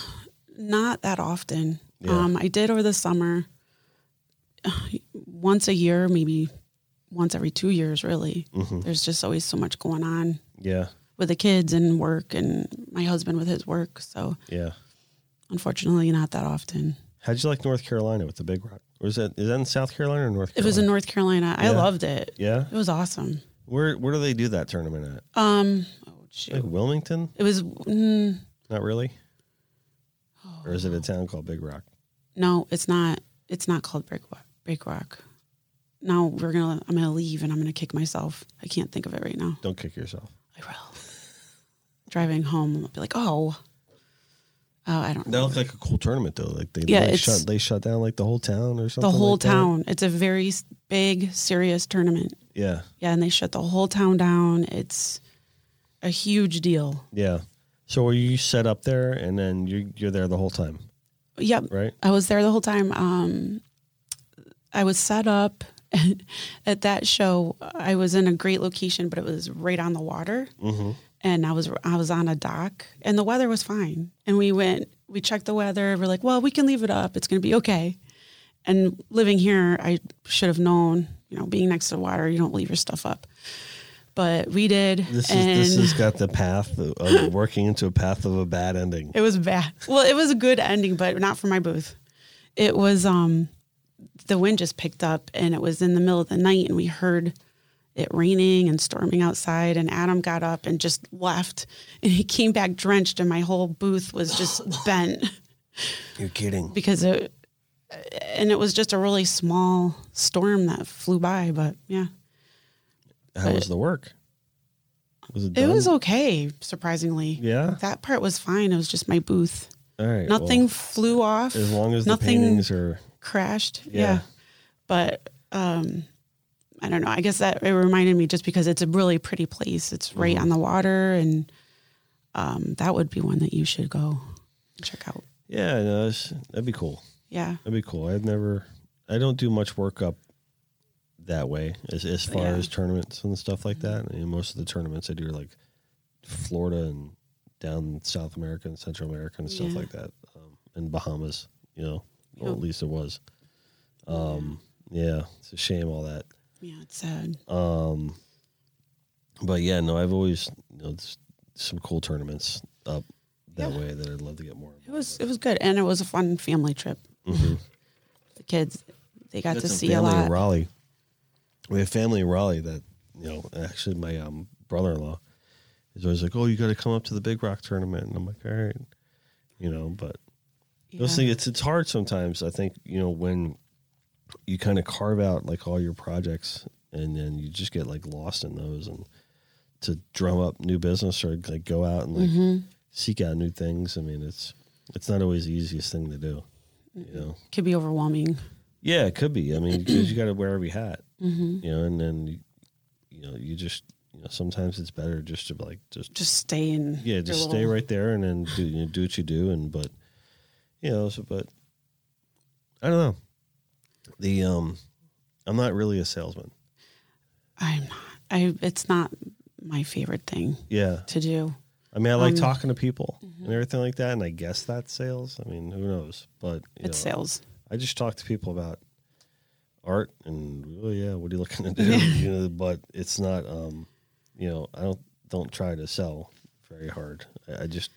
Not that often.
Yeah.
Um, I did over the summer, once a year, maybe once every two years, really.
Mm-hmm.
There's just always so much going on
Yeah,
with the kids and work and my husband with his work. So
yeah.
unfortunately, not that often.
How'd you like North Carolina with the Big Rock? Or is that is that in South Carolina or North?
It
Carolina?
was in North Carolina. I
Uh-huh. Yeah.
loved it.
Yeah,
It was awesome.
where where do they do that tournament at?
Um, oh,
Like
shoot.
Wilmington?
It was, mm,
Not really.
Oh.
Or is it a town called Big Rock?
no, it's not, it's not called Break Rock. Break Rock. No, we're going to, I'm going to leave and I'm going to kick myself. I can't think of it right now.
Don't kick yourself.
I will. Driving home, I'll be like, oh, oh, I don't
That
know.
looked like a cool tournament though. Like they
Yeah,
like,
it's-
shut they shut down like the whole town or something.
the whole
like that.
town. It's a very s- big, serious tournament.
Yeah,
Yeah, and they shut the whole town down. It's a huge deal.
yeah. So were you set up there and then you you're there the whole time,
Yep,
right?
I was there the whole time. Um, I was set up at that show. I was in a great location, but it was right on the water,
Mm-hmm.
and I was I was on a dock, and the weather was fine. And we went, we checked the weather. We're like, well, we can leave it up. It's going to be okay. And living here, I should have known. You know, being next to the water, you don't leave your stuff up. But we did,
This is
and
this has got the path of- of working into a path of a bad ending.
It was bad. Well, it was a good ending, but not for my booth. It was um the wind just picked up and it was in the middle of the night and we heard it raining and storming outside and Adam got up and just left and he came back drenched and my whole booth was just bent
You're kidding.
because it and it was just a really small storm that flew by, but yeah.
How was the work? Was it?
It
Done?
was okay, surprisingly.
Yeah.
That part was fine. It was just my booth.
All right. well,
Nothing flew off.
as long as
nothing
the paintings are.
crashed. Yeah.
Yeah.
But um I don't know. I guess that it reminded me just because it's a really pretty place. It's right
Mm-hmm.
on the water and um that would be one that you should go check out.
Yeah, no, that's- that'd be cool.
Yeah.
That'd be cool. I've never. I don't do much work up that way as as far
Yeah.
as tournaments and stuff like that. I mean, most of the tournaments I do are like Florida and down South America and Central America and stuff
Yeah.
like that, um, and Bahamas. You know, or
Yeah.
at least it was. Um, yeah, it's a shame all that.
Yeah, it's sad.
Um, but yeah, no, I've always you know s- some cool tournaments up that
Yeah.
way that I'd love to get more.
It was it was good and it was a fun family trip.
Mm-hmm.
The kids they got
Got
to
some
see a
family
lot.
in Raleigh. We have family in Raleigh that you know. Actually, my um, brother-in-law is always like, "Oh, you got to come up to the Big Rock tournament," and I'm like, "All right," you know. But those
Yeah.
things, it's it's hard sometimes. I think you know when you kind of carve out like all your projects, and then you just get like lost in those, and to drum up new business or like go out and like
Mm-hmm.
seek out new things. I mean, it's it's not always the easiest thing to do, you know.
Could be overwhelming.
Yeah, it could be. I mean, because you got to wear every hat,
Mm-hmm.
you know, and then you, you know you just you know sometimes it's better just to like just
Just stay in
yeah
your
just stay
little-
right there and then do you know, do what you do and but you know so but I don't know the um I'm not really a salesman.
I'm not I it's not my favorite thing
Yeah,
to do.
I mean, I
Um,
like talking to people
mm-hmm.
and everything like that, and I guess that's sales. I mean, who knows? But you
It's
know,
sales.
I just talk to people about art and oh yeah, what are you looking to do? you know, but it's not um, you know, I don't don't try to sell very hard. I, I just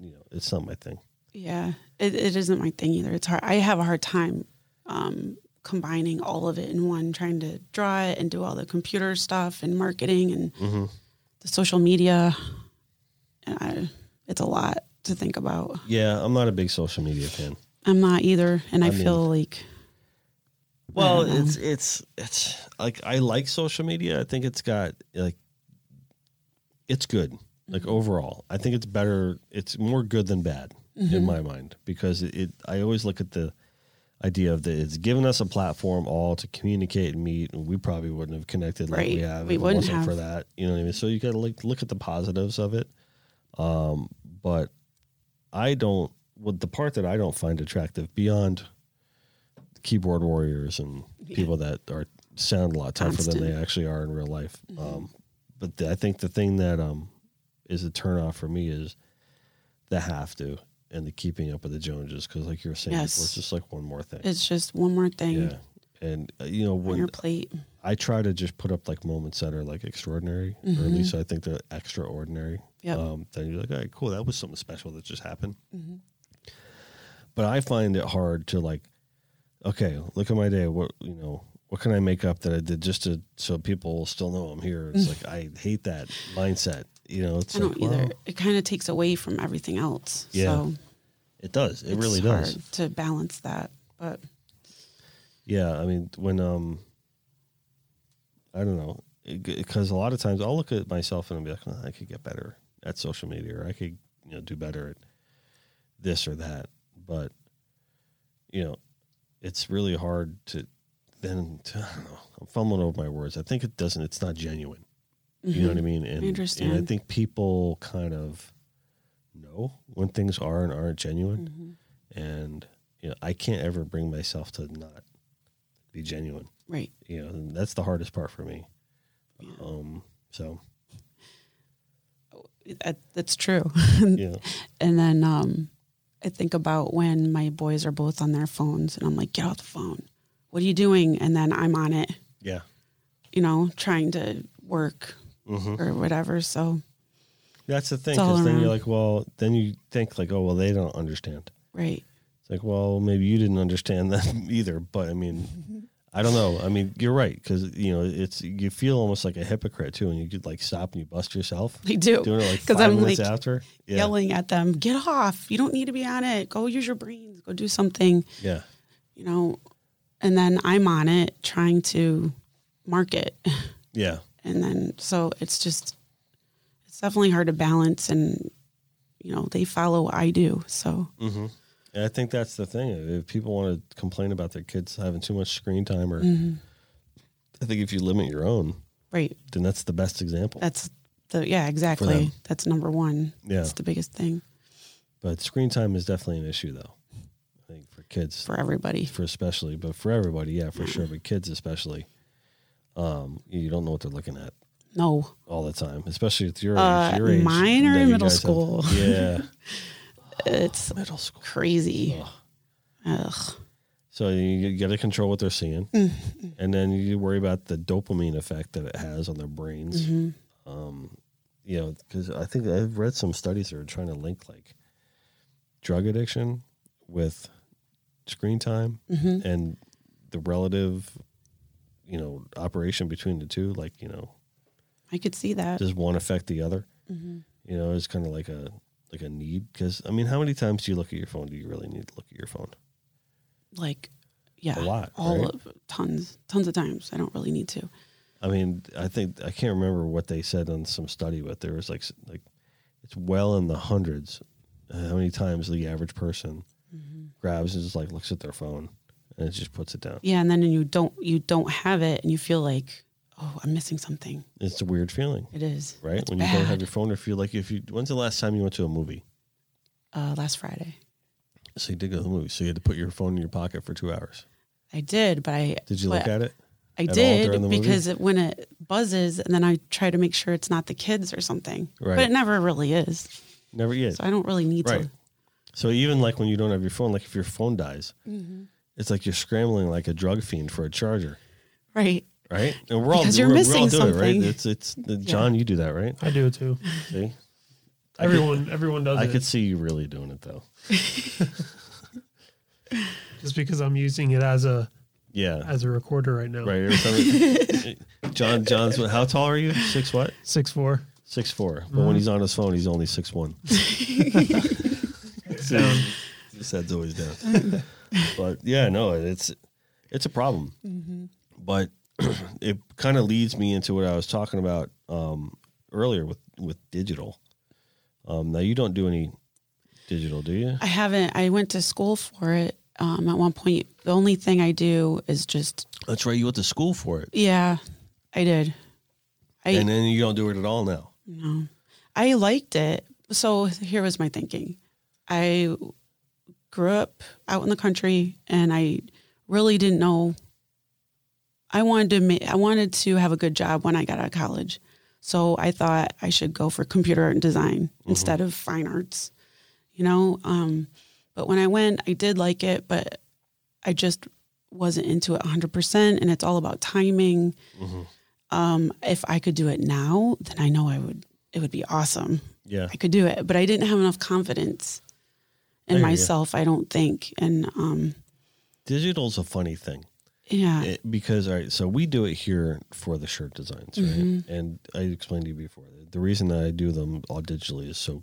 you know, it's not my thing.
Yeah, it, it isn't my thing either. It's hard. I have a hard time um, combining all of it in one, trying to draw it and do all the computer stuff and marketing and
Mm-hmm.
the social media. And I, it's a lot to think about.
Yeah, I'm not a big social media fan.
I'm not either, and I, feel like
Well, it's it's it's like I like social media. I think it's got like it's good. Like
Mm-hmm.
overall, I think it's better. It's more good than bad
Mm-hmm.
in my mind because it, it. I always look at the idea of that it's given us a platform all to communicate and meet, and we probably wouldn't have connected like we
Right.
have.
We
if it
wouldn't
wasn't for
have.
that. You know what I mean? So you got to like look at the positives of it. Um, but I don't. Well, the part that I don't find attractive beyond keyboard warriors and people that are sound a lot tougher than they
Constant. Mm-hmm.
actually are in real life. Um, but the, I think the thing that um, is a turnoff for me is the have to and the keeping up with the Joneses because, like you were saying,
Yes.
before, it's just like one more thing.
it's just one more thing
yeah, and uh, you know
on
when
your plate.
I try to just put up like moments that are like extraordinary, or at least I think they're extraordinary.
Mm-hmm. Yep. Mm-hmm.
Um, then you're like, all right, cool, that was something special that just happened. But I find it hard to like, okay, look at my day. What you know, what can I make up that I did just to so people still know I'm here? It's like I hate that mindset. You know, it's
Mm. I
like
don't either.
well,
It kind of takes away from everything else.
Yeah,
so
it does. It
it's
really
hard
does.
to balance that. But
Yeah, I mean, when um, I don't know, because a lot of times I'll look at myself and I'll be like, "Oh, I could get better at social media, or I could, you know, do better at this or that. But you know, it's really hard to then. To, I don't know. I'm fumbling over my words. I think it doesn't. It's not genuine. You know what I mean? And,
understand.
And I think people kind of know when things are and aren't genuine and you know i can't ever bring myself to not be genuine
right,
you know and that's the hardest part for me um so
that, that's true.
yeah
And then um, I think about when my boys are both on their phones and I'm like, get off the phone. What are you doing? And then I'm on it,
yeah
you know, trying to work or whatever. So,
that's the thing
It's all
because then you're
around.
like well then you think like oh well they don't understand
right.
it's like well maybe you didn't understand them either but i mean i don't know i mean you're right because you know it's you feel almost like a hypocrite too and you could like stop and you bust yourself
I do.
doing it like
'Cause
five
I'm,
minutes
like,
after yeah
Yelling at them, get off. You don't need to be on it. Go use your brains. Go do something,
yeah
you know. And then I'm on it trying to market.
yeah
And then, so it's just, it's definitely hard to balance. And, you know, they follow what I do. So,
And I think that's the thing. If people want to complain about their kids having too much screen time, or
Mm-hmm.
I think if you limit your own,
right.
then that's the best example.
That's the yeah, exactly. That's number one.
Yeah.
That's the biggest thing
but screen time is definitely an issue, though. I think for kids,
for everybody.
for especially, but for everybody, yeah, for sure. But kids especially, um, you don't know what they're looking at
No.
all the time, especially at your
Uh,
age. Your age,
mine are
that
in
you
middle
guys have-
school.
yeah,
It's
middle school.
crazy. Ugh.
So you got to control what they're seeing, and then you worry about the dopamine effect that it has on their brains. Um, you know, because I think I've read some studies that are trying to link like drug addiction with screen time and the relative, you know, operation between the two. Like, you know,
I could see that.
does one affect the other? You know, it's kind of like a like a need. Because I mean, how many times do you look at your phone? Do you really need to look at your phone?
Like yeah.
A lot,
All
right?
of tons. Tons of times. I don't really need to.
I mean, I think I can't remember what they said on some study, but there was like s- like it's well in the hundreds. uh, How many times the average person
Mm-hmm.
grabs and just like looks at their phone and it just puts it down?
Yeah, and then you don't you don't have it and you feel like, oh, I'm missing something.
It's a weird feeling,
It is.
right?
It's
when you don't have
bad.
your phone, or feel like if you when's the last time you went to a movie?
uh, last Friday.
So you did go to the movie, so you had to put your phone in your pocket for two hours.
I did, but I
Did you
but
look at it?
I
at all during the
did
movie?
because it, when it buzzes, and then I try to make sure it's not the kids or something.
Right.
But it never really is.
Never yet.
So I don't really need
Right.
to.
So even like when you don't have your phone, like if your phone dies,
Mm-hmm.
it's like you're scrambling like a drug fiend for a charger.
Right.
right? And we're all
Because you're
we're, we're all
missing
doing it, right?
something.
It's it's John, you do that, right?
I do too.
See, I could-
everyone, everyone does
I
it.
could see you really doing it though.
just because I'm using it as a
Yeah.
as a recorder right now.
Right. Every time it- John John's how tall are you? Six what?
Six four.
Six four. But when he's on his phone, he's only six one.
Down.
His head's always down. but yeah, no, it's it's a problem.
Mm-hmm.
But it kind of leads me into what I was talking about um, earlier with with digital. Um, now you don't do any digital, do you?
I haven't. I went to school for it. Um, at one point, the only thing I do is just
That's right. You went to school for it,
yeah. I did. I
and then you don't do it at all now.
No. I liked it. So here was my thinking. I grew up out in the country and I really didn't know I wanted to ma- I wanted to have a good job when I got out of college. So I thought I should go for computer art and design instead of fine arts. You know, um but when I went, I did like it, but I just wasn't into it 100% and it's all about timing um, if I could do it now, then I know I would. It would be awesome.
Yeah.
I could do it, but I didn't have enough confidence
I
in
hear ya.
myself. I don't think, and um,
Digital's a funny thing.
yeah,
It- because all right, so we do it here for the shirt designs, right? And I explained to you before the reason that I do them all digitally is so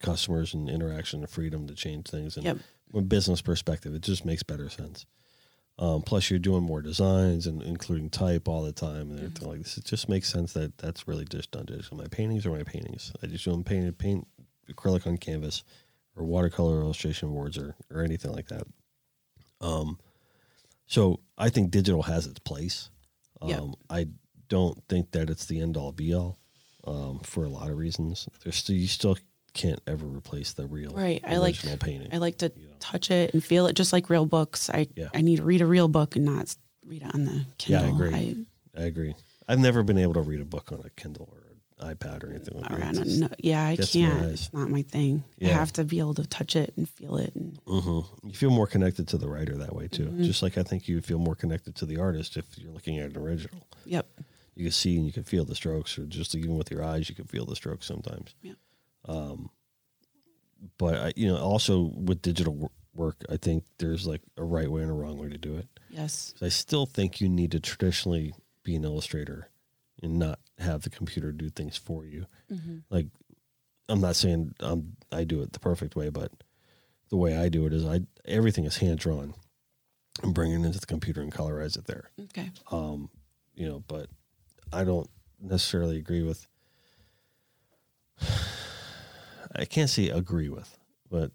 customers and interaction and freedom to change things and
Yep.
from a business perspective, it just makes better sense. Um, plus, you're doing more designs and including type all the time, and everything like this. It just makes sense that that's really just done digital. My paintings are my paintings. I just do them painted paint acrylic on canvas or watercolor illustration boards or or anything like that. Um, so I think digital has its place. Um,
Yeah.
I don't think that it's the end all be all um, for a lot of reasons. There's still, you still can't ever replace the real
Right. I like-
original painting.
I like to touch it and feel it, just like real books. I
Yeah.
I need to read a real book and not read it on the
Yeah, I
Kindle.
agree. I agree. I've never been able to read a book on a Kindle or an iPad or anything like
or I
that.
don't know. Yeah, I
Gets my
can't.
eyes.
It's not my thing. I
Yeah.
have to be able to touch it and feel it. And
Mm-hmm. You feel more connected to the writer that way too.
Mm-hmm.
Just like I think you feel more connected to the artist if you're looking at an original.
yep,
You can see and you can feel the strokes, or just even with your eyes, you can feel the strokes sometimes.
Yep.
Um, but I, you know, also with digital wor- work, I think there's like a right way and a wrong way to do it.
yes,
'Cause I still think you need to traditionally be an illustrator and not have the computer do things for you. Like, I'm not saying um, I do it the perfect way, but the way I do it is I everything is hand drawn. I'm bringing it into the computer and colorize it there.
okay,
Um, you know, but I don't necessarily agree with. I can't say agree with, but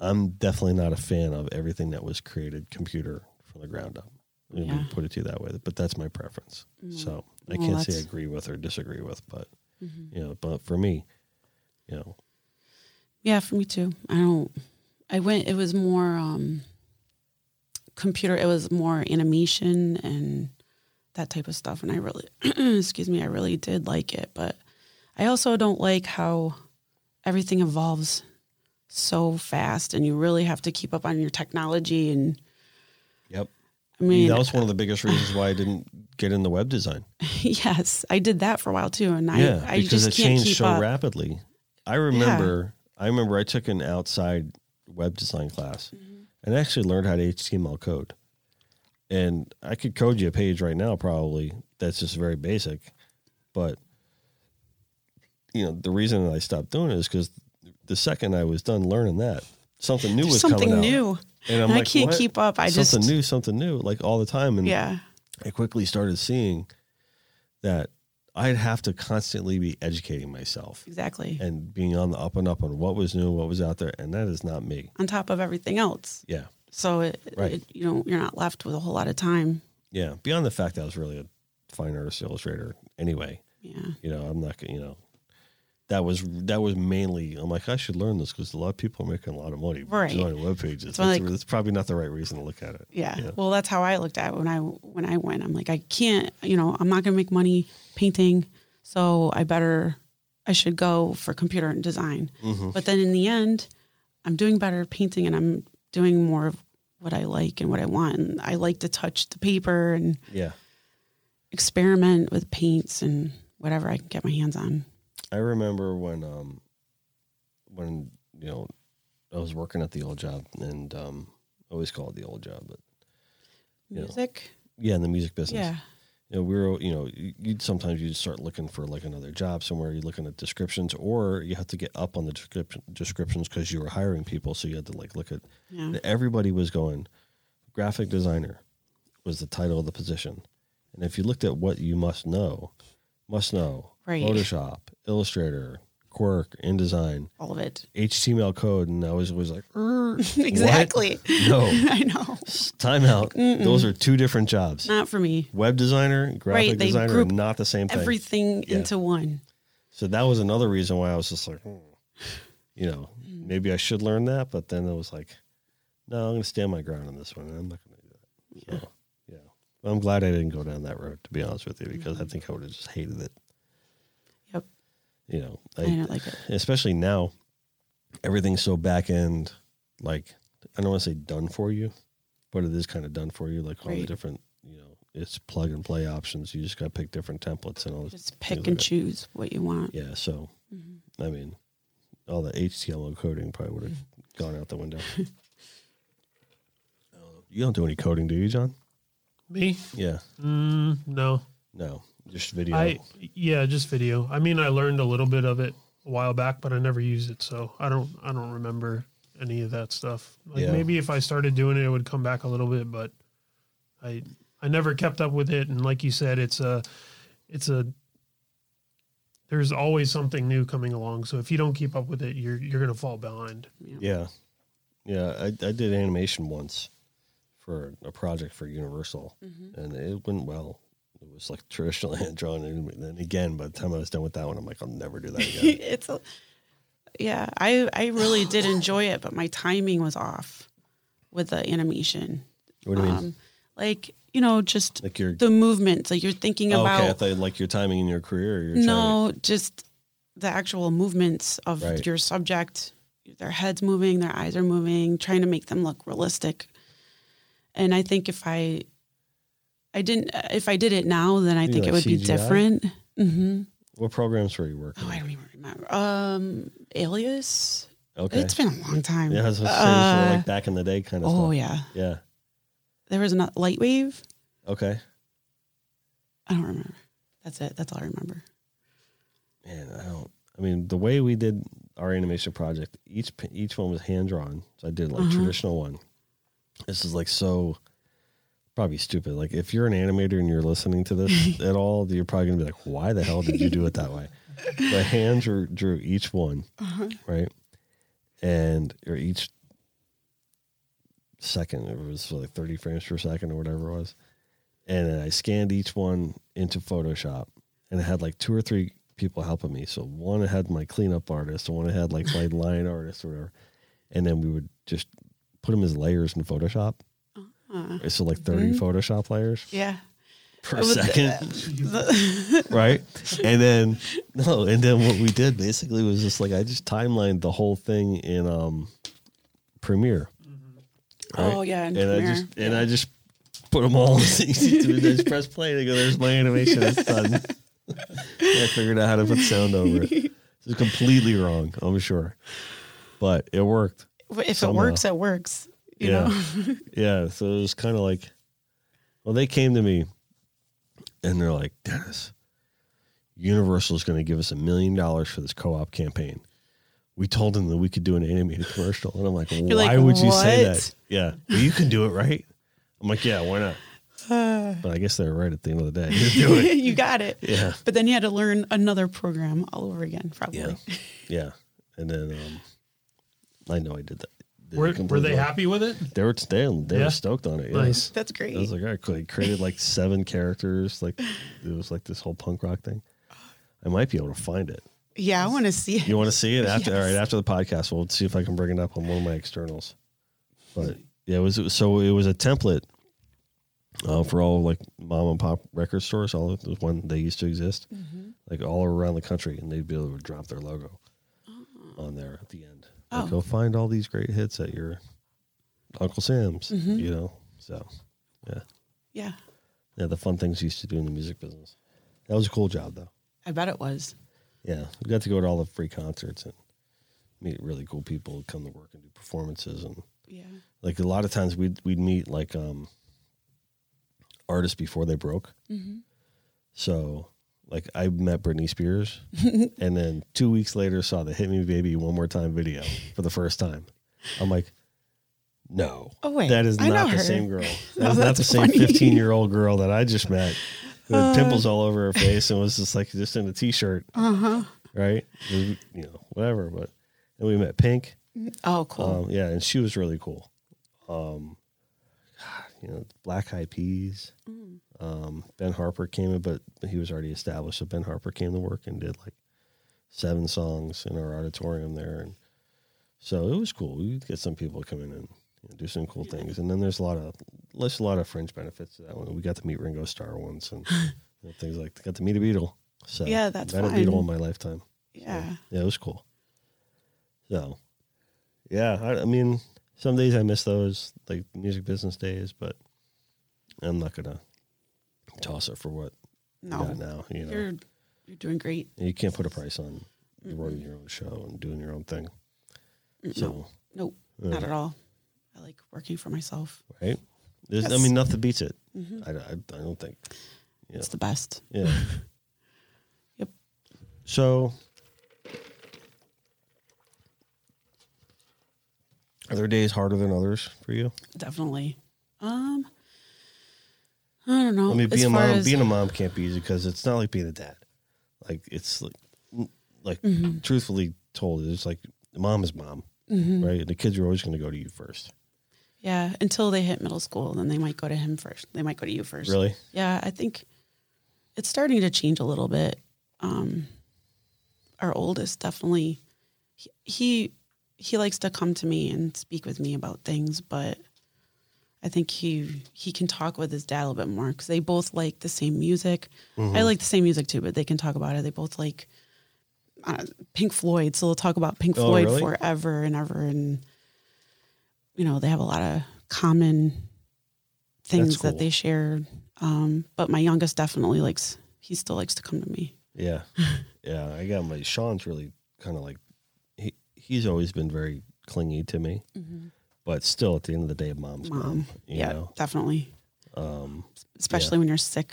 I'm definitely not a fan of everything that was created computer from the ground up. I mean,
Yeah. Mm.
Put it to you that way, but that's my preference. So I
Well,
can't say
that's- Mm-hmm.
agree with or disagree with, but you know, but for me, you know,
yeah, for me too. I don't. I went. It was more um, computer. It was more animation and that type of stuff. And I really, excuse me, I really did like it. But I also don't like how everything evolves so fast, and you really have to keep up on your technology. And
yep.
I mean,
that was one of the biggest reasons why I didn't get in the web design.
yes, I did that for a while too, and
yeah,
I, I
because
just
it
can't
changed
keep
so
up.
rapidly. I remember, I remember, I took an outside web design class
Mm-hmm.
and actually learned how to HTML code. And I could code you a page right now, probably. That's just very basic. But you know, the reason that I stopped doing it is because the second I was done learning that, something new
There's
was
something
coming out.
new.
And I'm
I
like,
can't
"What?"
keep up. I
something
just-
new, something new, like all the time. And
Yeah,
I quickly started seeing that I'd have to constantly be educating myself
exactly.
and being on the up and up on what was new, what was out there, and that is not me.
On top of everything else.
Yeah,
So it,
Right.
it, you know you're not left with a whole lot of time.
yeah. Beyond the fact that I was really a fine artist illustrator anyway,
Yeah.
you know, I'm not gonna, you know, that was that was mainly. I'm like, I should learn this because a lot of people are making a lot of money
Right.
designing web pages.
That's why,
That's,
like-
that's probably not the right reason to look at it.
yeah,
Yeah.
Well, that's how I looked at it when I when I went. I'm like, I can't. You know, I'm not gonna make money painting, so I better. I should go for computer and design.
Mm-hmm.
But then in the end, I'm doing better painting, and I'm doing more of what I like and what I want. And I like to touch the paper and
Yeah,
experiment with paints and whatever I can get my hands on.
I remember when um, when you know I was working at the old job, and um, I always call it the old job, but Yeah.
Music.
yeah, in the music business,
Yeah.
you know, we were, you know, you- you'd sometimes you start looking for like another job somewhere. You're looking at descriptions, or you have to get up on the description descriptions because you were hiring people, so you had to like look at.
Yeah.
Everybody was going. Graphic designer was the title of the position, and if you looked at what you must know, must know
Right.
Photoshop, Illustrator, Quirk, InDesign,
All of it.
HTML code, and I was always like, "Er, what?
Exactly.
No,
I know.
timeout. Those are two different jobs.
Not for me.
Web designer, graphic
Right, they
designer, are
group
not the same thing.
Everything
Yeah.
into one.
So that was another reason why I was just like, hmm, you know,
Hmm.
maybe I should learn that, but then it was like, no, I'm going to stand my ground on this one. I'm not going to do that. So, yeah. I'm glad I didn't go down that road, to be honest with you, because
Mm-hmm.
I think I would have just hated it.
Yep.
You know,
I don't like it.
especially now everything's so back end like i don't want to say done for you but it is kind of done for you like all the
Right.
different you know it's plug and play options you just got to pick different templates and all this
Just pick
look
and
at-
choose what you want.
yeah so
Mm-hmm.
i mean all the html coding probably would have gone out the window Oh, you don't do any coding do you john
Me?
yeah
Mm, no.
no just video
I yeah, just video. I mean, I learned a little bit of it a while back, but I never used it, so I don't I don't remember any of that stuff. Like
Yeah.
maybe if I started doing it, it would come back a little bit, but I I never kept up with it. And like you said, it's a it's a there's always something new coming along. So if you don't keep up with it, you're you're gonna fall behind.
Yeah. Yeah. I, I did animation once for a project for Universal
Mm-hmm.
and it went well. It was like traditional hand drawn. And then again, by the time I was done with that one, I'm like, I'll never do that again.
it's a, yeah. I I really did enjoy it, but my timing was off with the animation.
what do you mean?
Um, like you know, just
like your,
the movements. Like you're thinking
oh, okay. I
about
thought you like your timing in your career. Or your
no, just the actual movements of
Right.
your subject. Their heads moving, their eyes are moving, trying to make them look realistic. And I think if I, I didn't, if I did it now, then I
You
think
like
it would be
CGI?
different. hmm
What programs were you working?
Oh, I don't even remember. Um, Alias.
okay.
It's been a long time.
yeah. I was gonna say, this was
Uh,
like back in the day kind of
oh
stuff.
yeah,
Yeah.
there was another Lightwave.
Okay.
I don't remember. That's it. That's all I remember.
Man, I don't, I mean, the way we did our animation project, each, p- each one was hand drawn. So I did like
Uh-huh.
traditional one. This is like so probably stupid. Like if you're an animator and you're listening to this at all, you're probably gonna be like, why the hell did you do it that way? The hand drew, drew each one,
Uh-huh.
right? And or each second, it was like 30 frames per second or whatever it was. And then I scanned each one into Photoshop and I had like two or three people helping me. So one I had my cleanup artist, one I had like my line artist or whatever. And then we would just put them as layers in Photoshop.
Uh,
So like 30 Photoshop layers
yeah.
per
was-
second,
The-
right? And then no, and then what we did basically was just like I just timelined the whole thing in um Premiere.
Oh yeah, and,
And I just and I just put them all. just press play. And I go, "There's my animation. It's done." I figured out how to put sound over it. It's completely wrong, I'm sure, but it worked.
if
somehow.
it works, it works. You
yeah,
know.
yeah. So it was kind of like, well, they came to me, and they're like, Dennis, Universal is going to give us a million dollars for this co-op campaign. We told them that we could do an animated commercial, and I'm like, why
like,
would you say
"What?"
that? Yeah, "Well, you can do it, right? I'm like, yeah, why not? But I guess they're right at the end of the day. do it.
you got it.
Yeah.
But then you had to learn another program all over again, probably.
Yeah. Yeah. And then um I know I did that. Did
Were,
it
were
completely
they
wrong.
happy with it?
They were they, they
Yeah?
were stoked on it. Yeah.
Nice.
That's great.
I was like, all right, cool. He created like seven characters. Like it was like this whole punk rock thing. I might be able to find it.
yeah, I want to see it.
You want to see it after? All right,
Yes.
after the podcast, we'll see if I can bring it up on one of my externals. But yeah, it was, it was- so it was a template uh, for all like mom and pop record stores. All the one they used to exist,
Mm-hmm.
like all around the country, and they'd be able to drop their logo on there at the end. Like,
Oh.
go find all these great hits at your Uncle Sam's.
Mm-hmm.
You know, so yeah,
Yeah,
yeah, the fun things you used to do in the music business. That was a cool job though.
I bet it was.
Yeah, we got to go to all the free concerts and meet really cool people who come to work and do performances and
Yeah.
like a lot of times we'd we'd meet like um artists before they broke.
Mm-hmm.
So like I met Britney Spears and then two weeks later saw the Hit Me Baby One More Time video for the first time. I'm like, no.
Oh, wait,
That is
I know
not the
her.
same girl. That
No,
is not
that's
the same
funny.
fifteen year old girl that I just met. With pimples all over her face and was just like just in a t shirt,
Uh huh.
right? You know, whatever. But and we met Pink.
Oh, cool.
Um, yeah, and she was really cool. Um, God, you know, Black Eyed Peas.
Mm.
Um, ben Harper came in, but but he was already established. So Ben Harper came to work and did like seven songs in our auditorium there, and so it was cool. We get some people to come in and you know, do some cool things, and then there's a lot of there's a lot of fringe benefits to that one. We got to meet Ringo Starr once, and you know, things like got to meet a Beatle. So
Yeah, that's
met a
fun.
Beatle in my lifetime.
yeah.
Yeah, it was cool. So, yeah, I, I mean, some days I miss those, like music business days, but I'm not gonna toss it for what we
No.
got now. You know,
You're you're doing great.
And you can't put a price on running your own show and doing your own thing. So,
Nope.
Yeah.
Not at all. I like working for myself.
right? There's, I
Yes. Mm-hmm.
mean, nothing beats it. I, I, I don't think.
It's the best.
Yeah.
Yep.
So, are there days harder than others for you?
Definitely. Um I don't know.
I mean,
As
being a
far
mom,
as-
being a mom can't be easy because it's not like being a dad. Like it's like, like
Mm-hmm.
truthfully told, it's like mom is mom,
Mm-hmm.
right? The kids are always going to go to you first.
Yeah, until they hit middle school, then they might go to him first. They might go to you first.
Really?
Yeah, I think it's starting to change a little bit. Um, our oldest definitely he, he he likes to come to me and speak with me about things, but I think he he can talk with his dad a little bit more because they both like the same music.
Mm-hmm.
I like the same music too, but they can talk about it. They both like uh, Pink Floyd, so they'll talk about Pink
Oh,
Floyd
really?
forever and ever, and you know they have a lot of common things
cool.
that they share. Um, but my youngest definitely likes. He still likes to come to me.
Yeah, yeah. I got my Sean's really kind of like he he's always been very clingy to me, but still at the end of the day, mom's mom.
Mm-hmm. Mom,
you
yeah,
know?
definitely.
Um,
Especially when you're sick.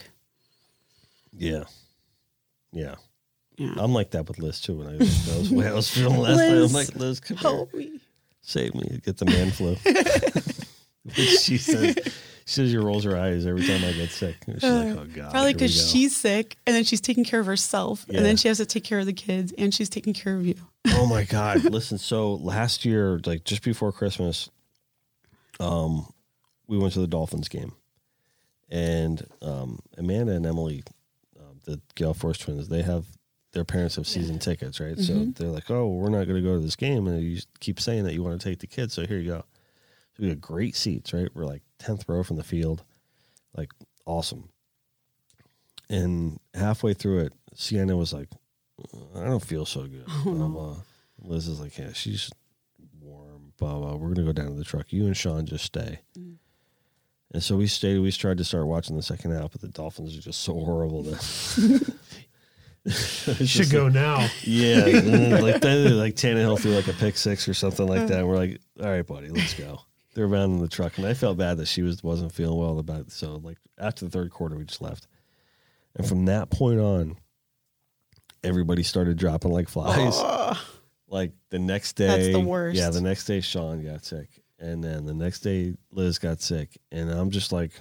yeah, yeah.
Yeah.
I'm like that with Liz too. When I that was the way I was feeling last night, I'm
Liz,
like Liz, come here.
Help me.
save me, get the man flu. Which she says, she says she rolls her eyes every time I get sick. And She's like, oh god,
Uh, Probably
here we
because
go."
she's sick, and then she's taking care of herself, and
Yeah.
then she has to take care of the kids, and she's taking care of you.
Oh my god! Listen, so last year, like just before Christmas, um, we went to the Dolphins game, and um, Amanda and Emily, um, the Gale Force twins, they have their parents have season tickets, right? So they're like, "Oh, we're not going to go to this game," and you keep saying that you want to take the kids, so here you go. So we got great seats, right? We're like tenth row from the field, like awesome. And halfway through it, Sienna was like, "I don't feel so good." blah, blah. Liz is like, "Yeah, she's warm." Blah blah. We're gonna go down to the truck. You and Sean just stay. And so we stayed. We tried to start watching the second half, but the Dolphins are just so horrible that
You should go now.
yeah, and then, like then, like Tannehill threw like a pick six or something like that. And we're like, all right, buddy, let's go. They're around in the truck, and I felt bad that she was wasn't feeling well about. It. So like after the third quarter, we just left, and from that point on, everybody started dropping like flies. Like the next day,
That's the worst.
Yeah, the next day Sean got sick, and then the next day Liz got sick, and I'm just like,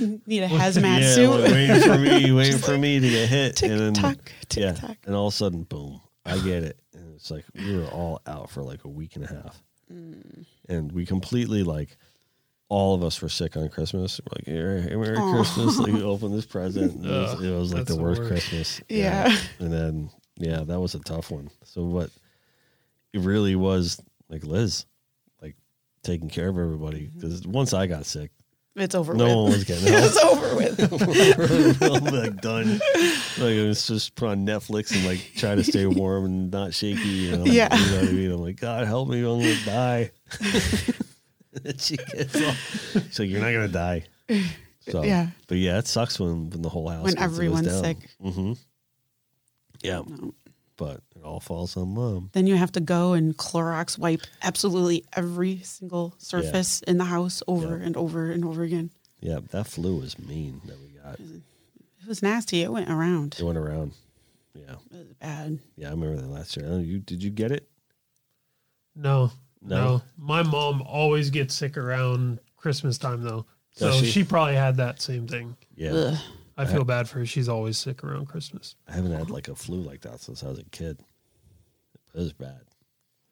Need a hazmat
yeah,
suit.
wait- waiting for me, waiting for me to get hit.
Tick
and then,
tock, tick tock.
And all of a sudden, boom, I get it. And it's like we were all out for like a week and a half.
Mm.
And we completely like all of us were sick on Christmas. We're like, Merry, Merry Christmas. Like we opened this present. And it, was, it was like
that's
the
the
worst
worst.
Christmas.
Yeah.
And then yeah, that was a tough one. So what it really was like Liz, like taking care of everybody.
Mm-hmm.
Because once I got sick,
It's over
no one
with.
was getting help.
it's over with.
I'm like done. Like I was just put on Netflix and like try to stay warm and not shaky. And I'm like,
Yeah.
you know what I mean. I'm like, God help me, I'm gonna die. And she gets off. She's like, you're not gonna die. So,
Yeah.
But yeah, it sucks when when the whole house
When
gets- goes
everyone's
down.
sick.
Mm-hmm. Yeah.
No.
but it all falls on mom.
Then you have to go and Clorox wipe absolutely every single surface in the house over and over and over again.
Yeah, that flu was mean that we got.
It was nasty. It went around.
It went around. Yeah,
It was bad.
yeah, I remember that last year. Oh, you did you get it?
No,
No?
no, My mom always gets sick around Christmas time though, so
Does she?
she? probably had that same thing.
Yeah,
Ugh.
I feel bad for her. She's always sick around Christmas.
I haven't had like a flu like that since I was a kid. It was bad,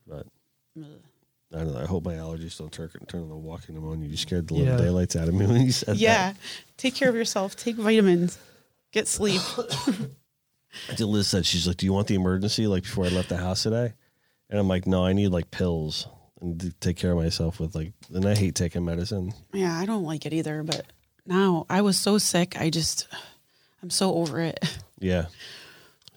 but I don't know. I hope my allergies don't turn turn into walking pneumonia. You scared the little
Yeah.
daylights out of me when you said
Yeah. Take care of yourself. Take vitamins. Get sleep.
that. Yeah, Liz said she's like, "Do you want the emergency?" Like before I left the house today, and I'm like, "No, I need like pills and to take care of myself with like." And I hate taking medicine.
Yeah, I don't like it either, but now I was so sick. I just, I'm so over it.
Yeah,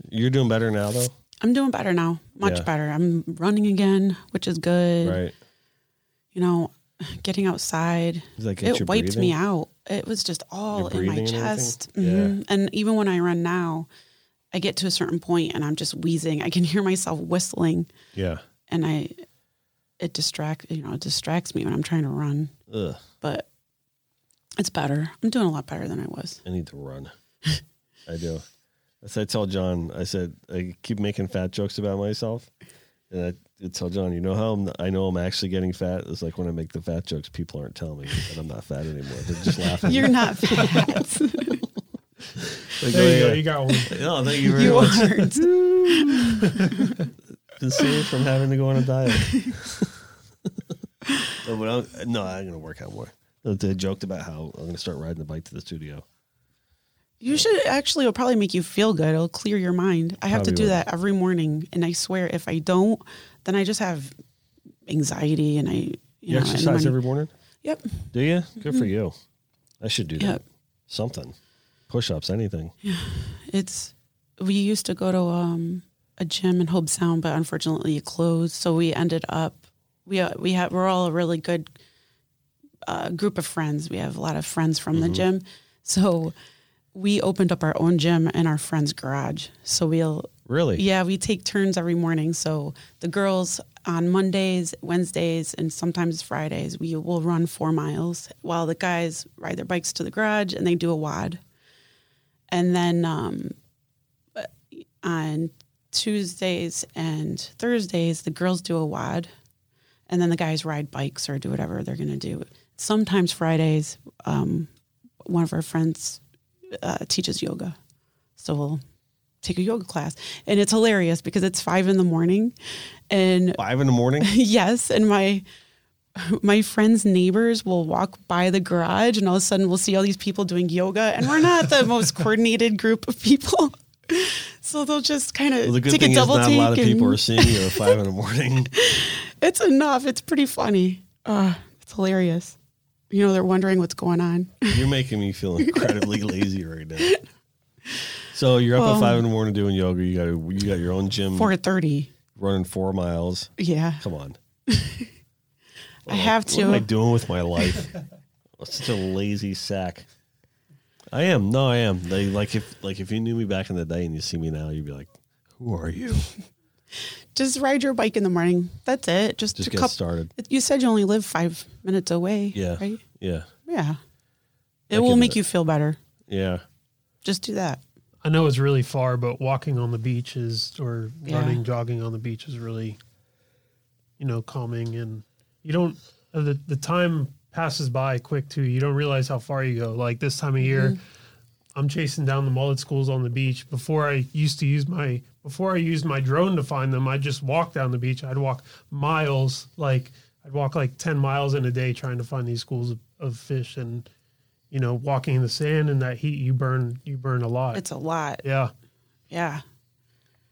you're doing better now though,
I'm doing better now, much
Yeah.
better. I'm running again, which is good.
right?
You know, getting outside.
Does that get
It
your
wiped me
breathing?
out. It was just
Your
all in my
breathing and everything?
chest.
Yeah.
Mhm. And even when I run now, I get to a certain point and I'm just wheezing. I can hear myself whistling
Yeah.
and I, it distract, you know, it distracts me when I'm trying to run,
Ugh.
but it's better. I'm doing a lot better than I was.
I need to run. I do. As I tell John, I said I keep making fat jokes about myself, and I tell John, you know how I'm, I know I'm actually getting fat is like when I make the fat jokes, people aren't telling me that I'm not fat anymore. They're just laughing.
You're not fat.
They
There you go.
"Yeah."
You got one.
No, oh, thank you very
you
much.
aren't.
Been saved from having to go on a diet. no, but I'm, no, I'm gonna work out more. They joked about how I'm gonna start riding the bike to the studio.
You should actually, it'll probably make you feel good. It'll clear your mind. I have to
Probably
do
will.
that every morning. And I swear, if I don't, then I just have anxiety and I, you,
You,
know, and
exercise
when-
every morning?
Yep.
Do you? Good
Mm-hmm.
for you. I should do
Yeah.
that. Something. Push ups, anything.
It's, we used to go to um, a gym in Hope Sound, but unfortunately it closed. So we ended up, we, uh, we have, we're all a really good uh, group of friends. We have a lot of friends from the gym. So we opened up our own gym in our friend's garage. So we'll,
Really?
Yeah, we take turns every morning. So the girls on Mondays, Wednesdays, and sometimes Fridays, we will run four miles while the guys ride their bikes to the garage and they do a wad. And then um, on Tuesdays and Thursdays, the girls do a wad, and then the guys ride bikes or do whatever they're going to do. Sometimes Fridays, um, one of our friends uh, teaches yoga, so we'll take a yoga class, and it's hilarious because it's five in the morning, and
Five in the morning?
yes, and my my friends' neighbors will walk by the garage, and all of a sudden we'll see all these people doing yoga, and we're not the most coordinated group of people. So they'll just kind of
Well, the good
take
thing
a
is
double
not a
take.
lot of
and
people are seeing you at five in the morning.
It's enough. It's pretty funny. Uh, it's hilarious. You know, they're wondering what's going on.
You're making me feel incredibly lazy right now. So you're up at five in the morning doing yoga. You got a- you got your own gym
Four thirty.
running four miles.
Yeah,
Come on.
I have
What am I
to.
doing with my life? I'm such a lazy sack. I am. No, I am. They like if like if you knew me back in the day and you see me now, you'd be like, "Who are you?"
Just ride your bike in the morning. That's it. Just,
Just
a
get
couple.
started.
You said you only live five minutes away.
Yeah.
Right.
Yeah.
Yeah. It
I
will
can do
make
that.
you feel better.
Yeah.
Just do that.
I know it's really far, but walking on the beach is, or
Yeah.
running, jogging on the beach is really, you know, calming. And you don't, uh, the, the time passes by quick too. You don't realize how far you go. Like this time of year, I'm chasing down the mullet schools on the beach. Before I used to use my, before I used my drone to find them, I just walked down the beach. I'd walk miles, like, I'd walk like 10 miles in a day trying to find these schools of, of fish and, you know, walking in the sand and that heat, you burn, you burn a lot.
It's a lot.
Yeah.
Yeah.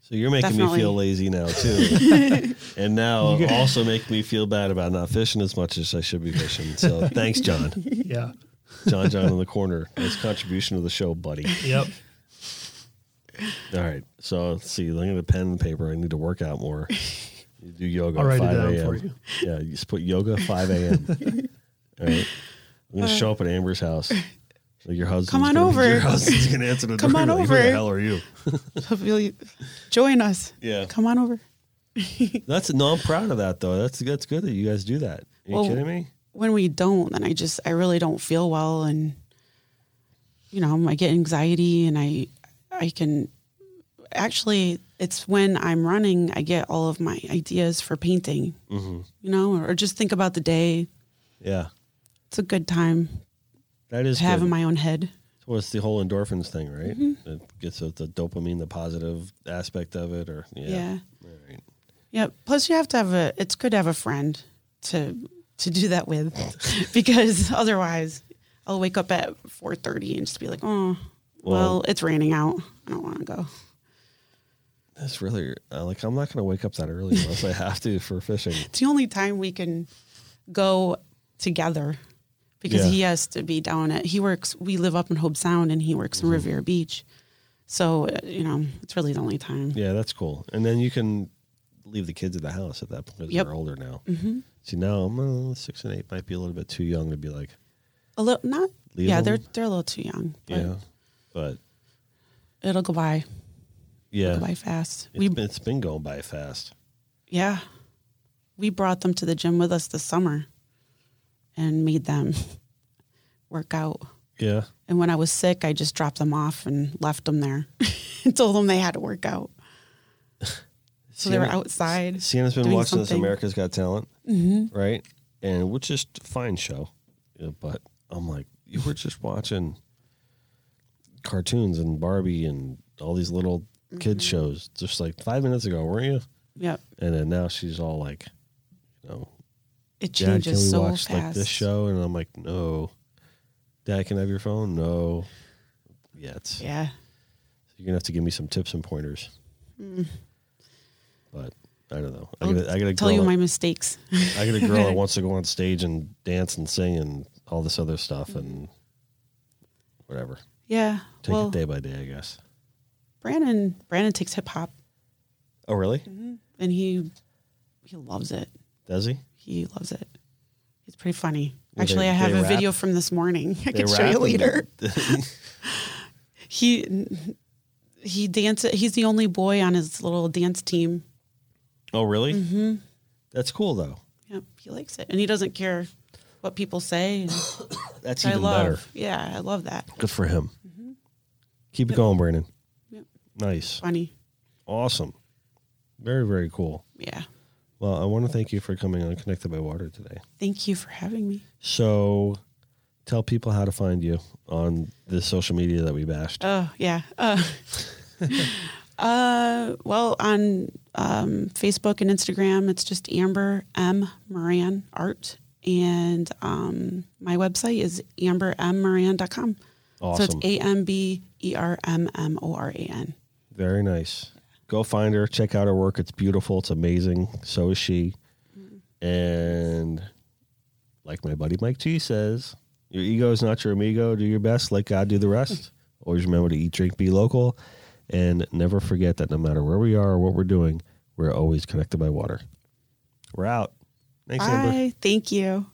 So you're making me
Definitely.
feel lazy now too, and now also make me feel bad about not fishing as much as I should be fishing. So thanks, John.
Yeah.
John, John in the corner. Nice contribution to the show, buddy.
Yep.
All right. So let's see. I'm gonna pen and paper. I need to work out more. You do yoga.
I'll
at
write
5
it down
a.m.
for you.
Yeah, you just put yoga 5 a.m. All right. I'm gonna show up at Amber's house. I'm Like your husband.
on over.
Your husband's gonna answer the
Come
door,
on
like, Who
over.
the hell are you?
You'll- Join us.
Yeah.
Come on over.
That's no. I'm proud of that though. That's that's good that you guys do that. Are you
Well-
kidding me?
When we don't, then I just, I really don't feel well. And, you know, I get anxiety and I, I can actually, it's when I'm running, I get all of my ideas for painting,
Mm-hmm.
you know, or, just think about the day.
Yeah.
It's a good time
That is
to have
good.
in my Mm-hmm. own head.
Well, it's the whole endorphins thing, right? It gets out the dopamine, the positive aspect of it, or yeah,
Yeah.
All right.
Yeah. Plus, you have to have a. It's good to have a friend to to do that with, because otherwise, I'll wake up at four thirty and just be like, oh, well,
Well-
it's raining out. I don't want to go.
That's really uh, like I'm not gonna wake up that early unless I have to for fishing.
It's the only time we can go together, because
Yeah.
he has to be down at. He works. We live up in Hope Sound, and he works
Mm-hmm.
in Riviera Beach. So uh, you know, it's really the only time.
Yeah, that's cool. And then you can leave the kids at the house at that point. 'cause
Yep.
They're older now. Mm-hmm. See, now I'm uh, six and eight might be a little bit too young to be like,
A little, not.
Leave
yeah,
them?
they're they're a little too young. But
yeah, but
it'll go by.
yeah,
Go by fast.
It's been- it's been going by fast.
Yeah. We brought them to the gym with us this summer and made them work out.
Yeah,
And when I was sick, I just dropped them off and left them there and told them they had to work out. So they were
Sienna-
outside.
Sienna's been
doing
watching this
something. Mm-hmm.
America's Got Talent, right? And which is a fine show, Yeah, but I'm like, you were just watching cartoons and Barbie and all these little
Mm-hmm.
kids shows just like five minutes ago, weren't you?
Yep.
And then now she's all like, you know,
It
Dad, can we
changes so
watch
fast.
like this show? And I'm like, no. Dad, can I have your phone? No. Yeah, it's,
Yeah.
you're gonna have to give me some tips and pointers.
Mm.
But I don't know. I gotta, I gotta
Tell
grow
you
up.
my mistakes.
I got a girl that wants to go on stage and dance and sing and all this other stuff and whatever.
yeah.
Take
well,
it day by day, I guess.
Brandon Brandon takes hip hop
Oh, really?
Mm-hmm. and he he loves it.
Does he?
He loves it. It's pretty funny.
they-
Actually, I
they
have a
rap?
video from this morning.
They
I can show you
rap and-
later. he he dances. He's the only boy on his little dance team.
oh, really? Mm-hmm. That's cool though.
Yep, he likes it, and he doesn't care what people say. and
That's
I
even
love.
better.
Yeah, I love that.
Good for him. Keep it going, Brandon.
Yep.
Nice.
Funny.
Awesome. Very, very cool.
Yeah.
Well, I want to thank you for coming on Connected by Water today.
Thank you for having me.
So tell people how to find you on the social media that we bashed.
Oh yeah. Uh, uh, well, on um, Facebook and Instagram, it's just Amber M Moran Art, and um, my website is ambermmoran.com.
awesome.
So it's A M B E R M M O R A N.
Very nice. Go find her, check out her work. It's beautiful, it's amazing. So is she. And like my buddy Mike G says, your ego is not your amigo. Do your best, let God do the rest. Always remember to eat, drink, be local, and never forget that no matter where we are or what we're doing, we're always connected by water. We're out. Thanks, Amber.
Bye. Thank you.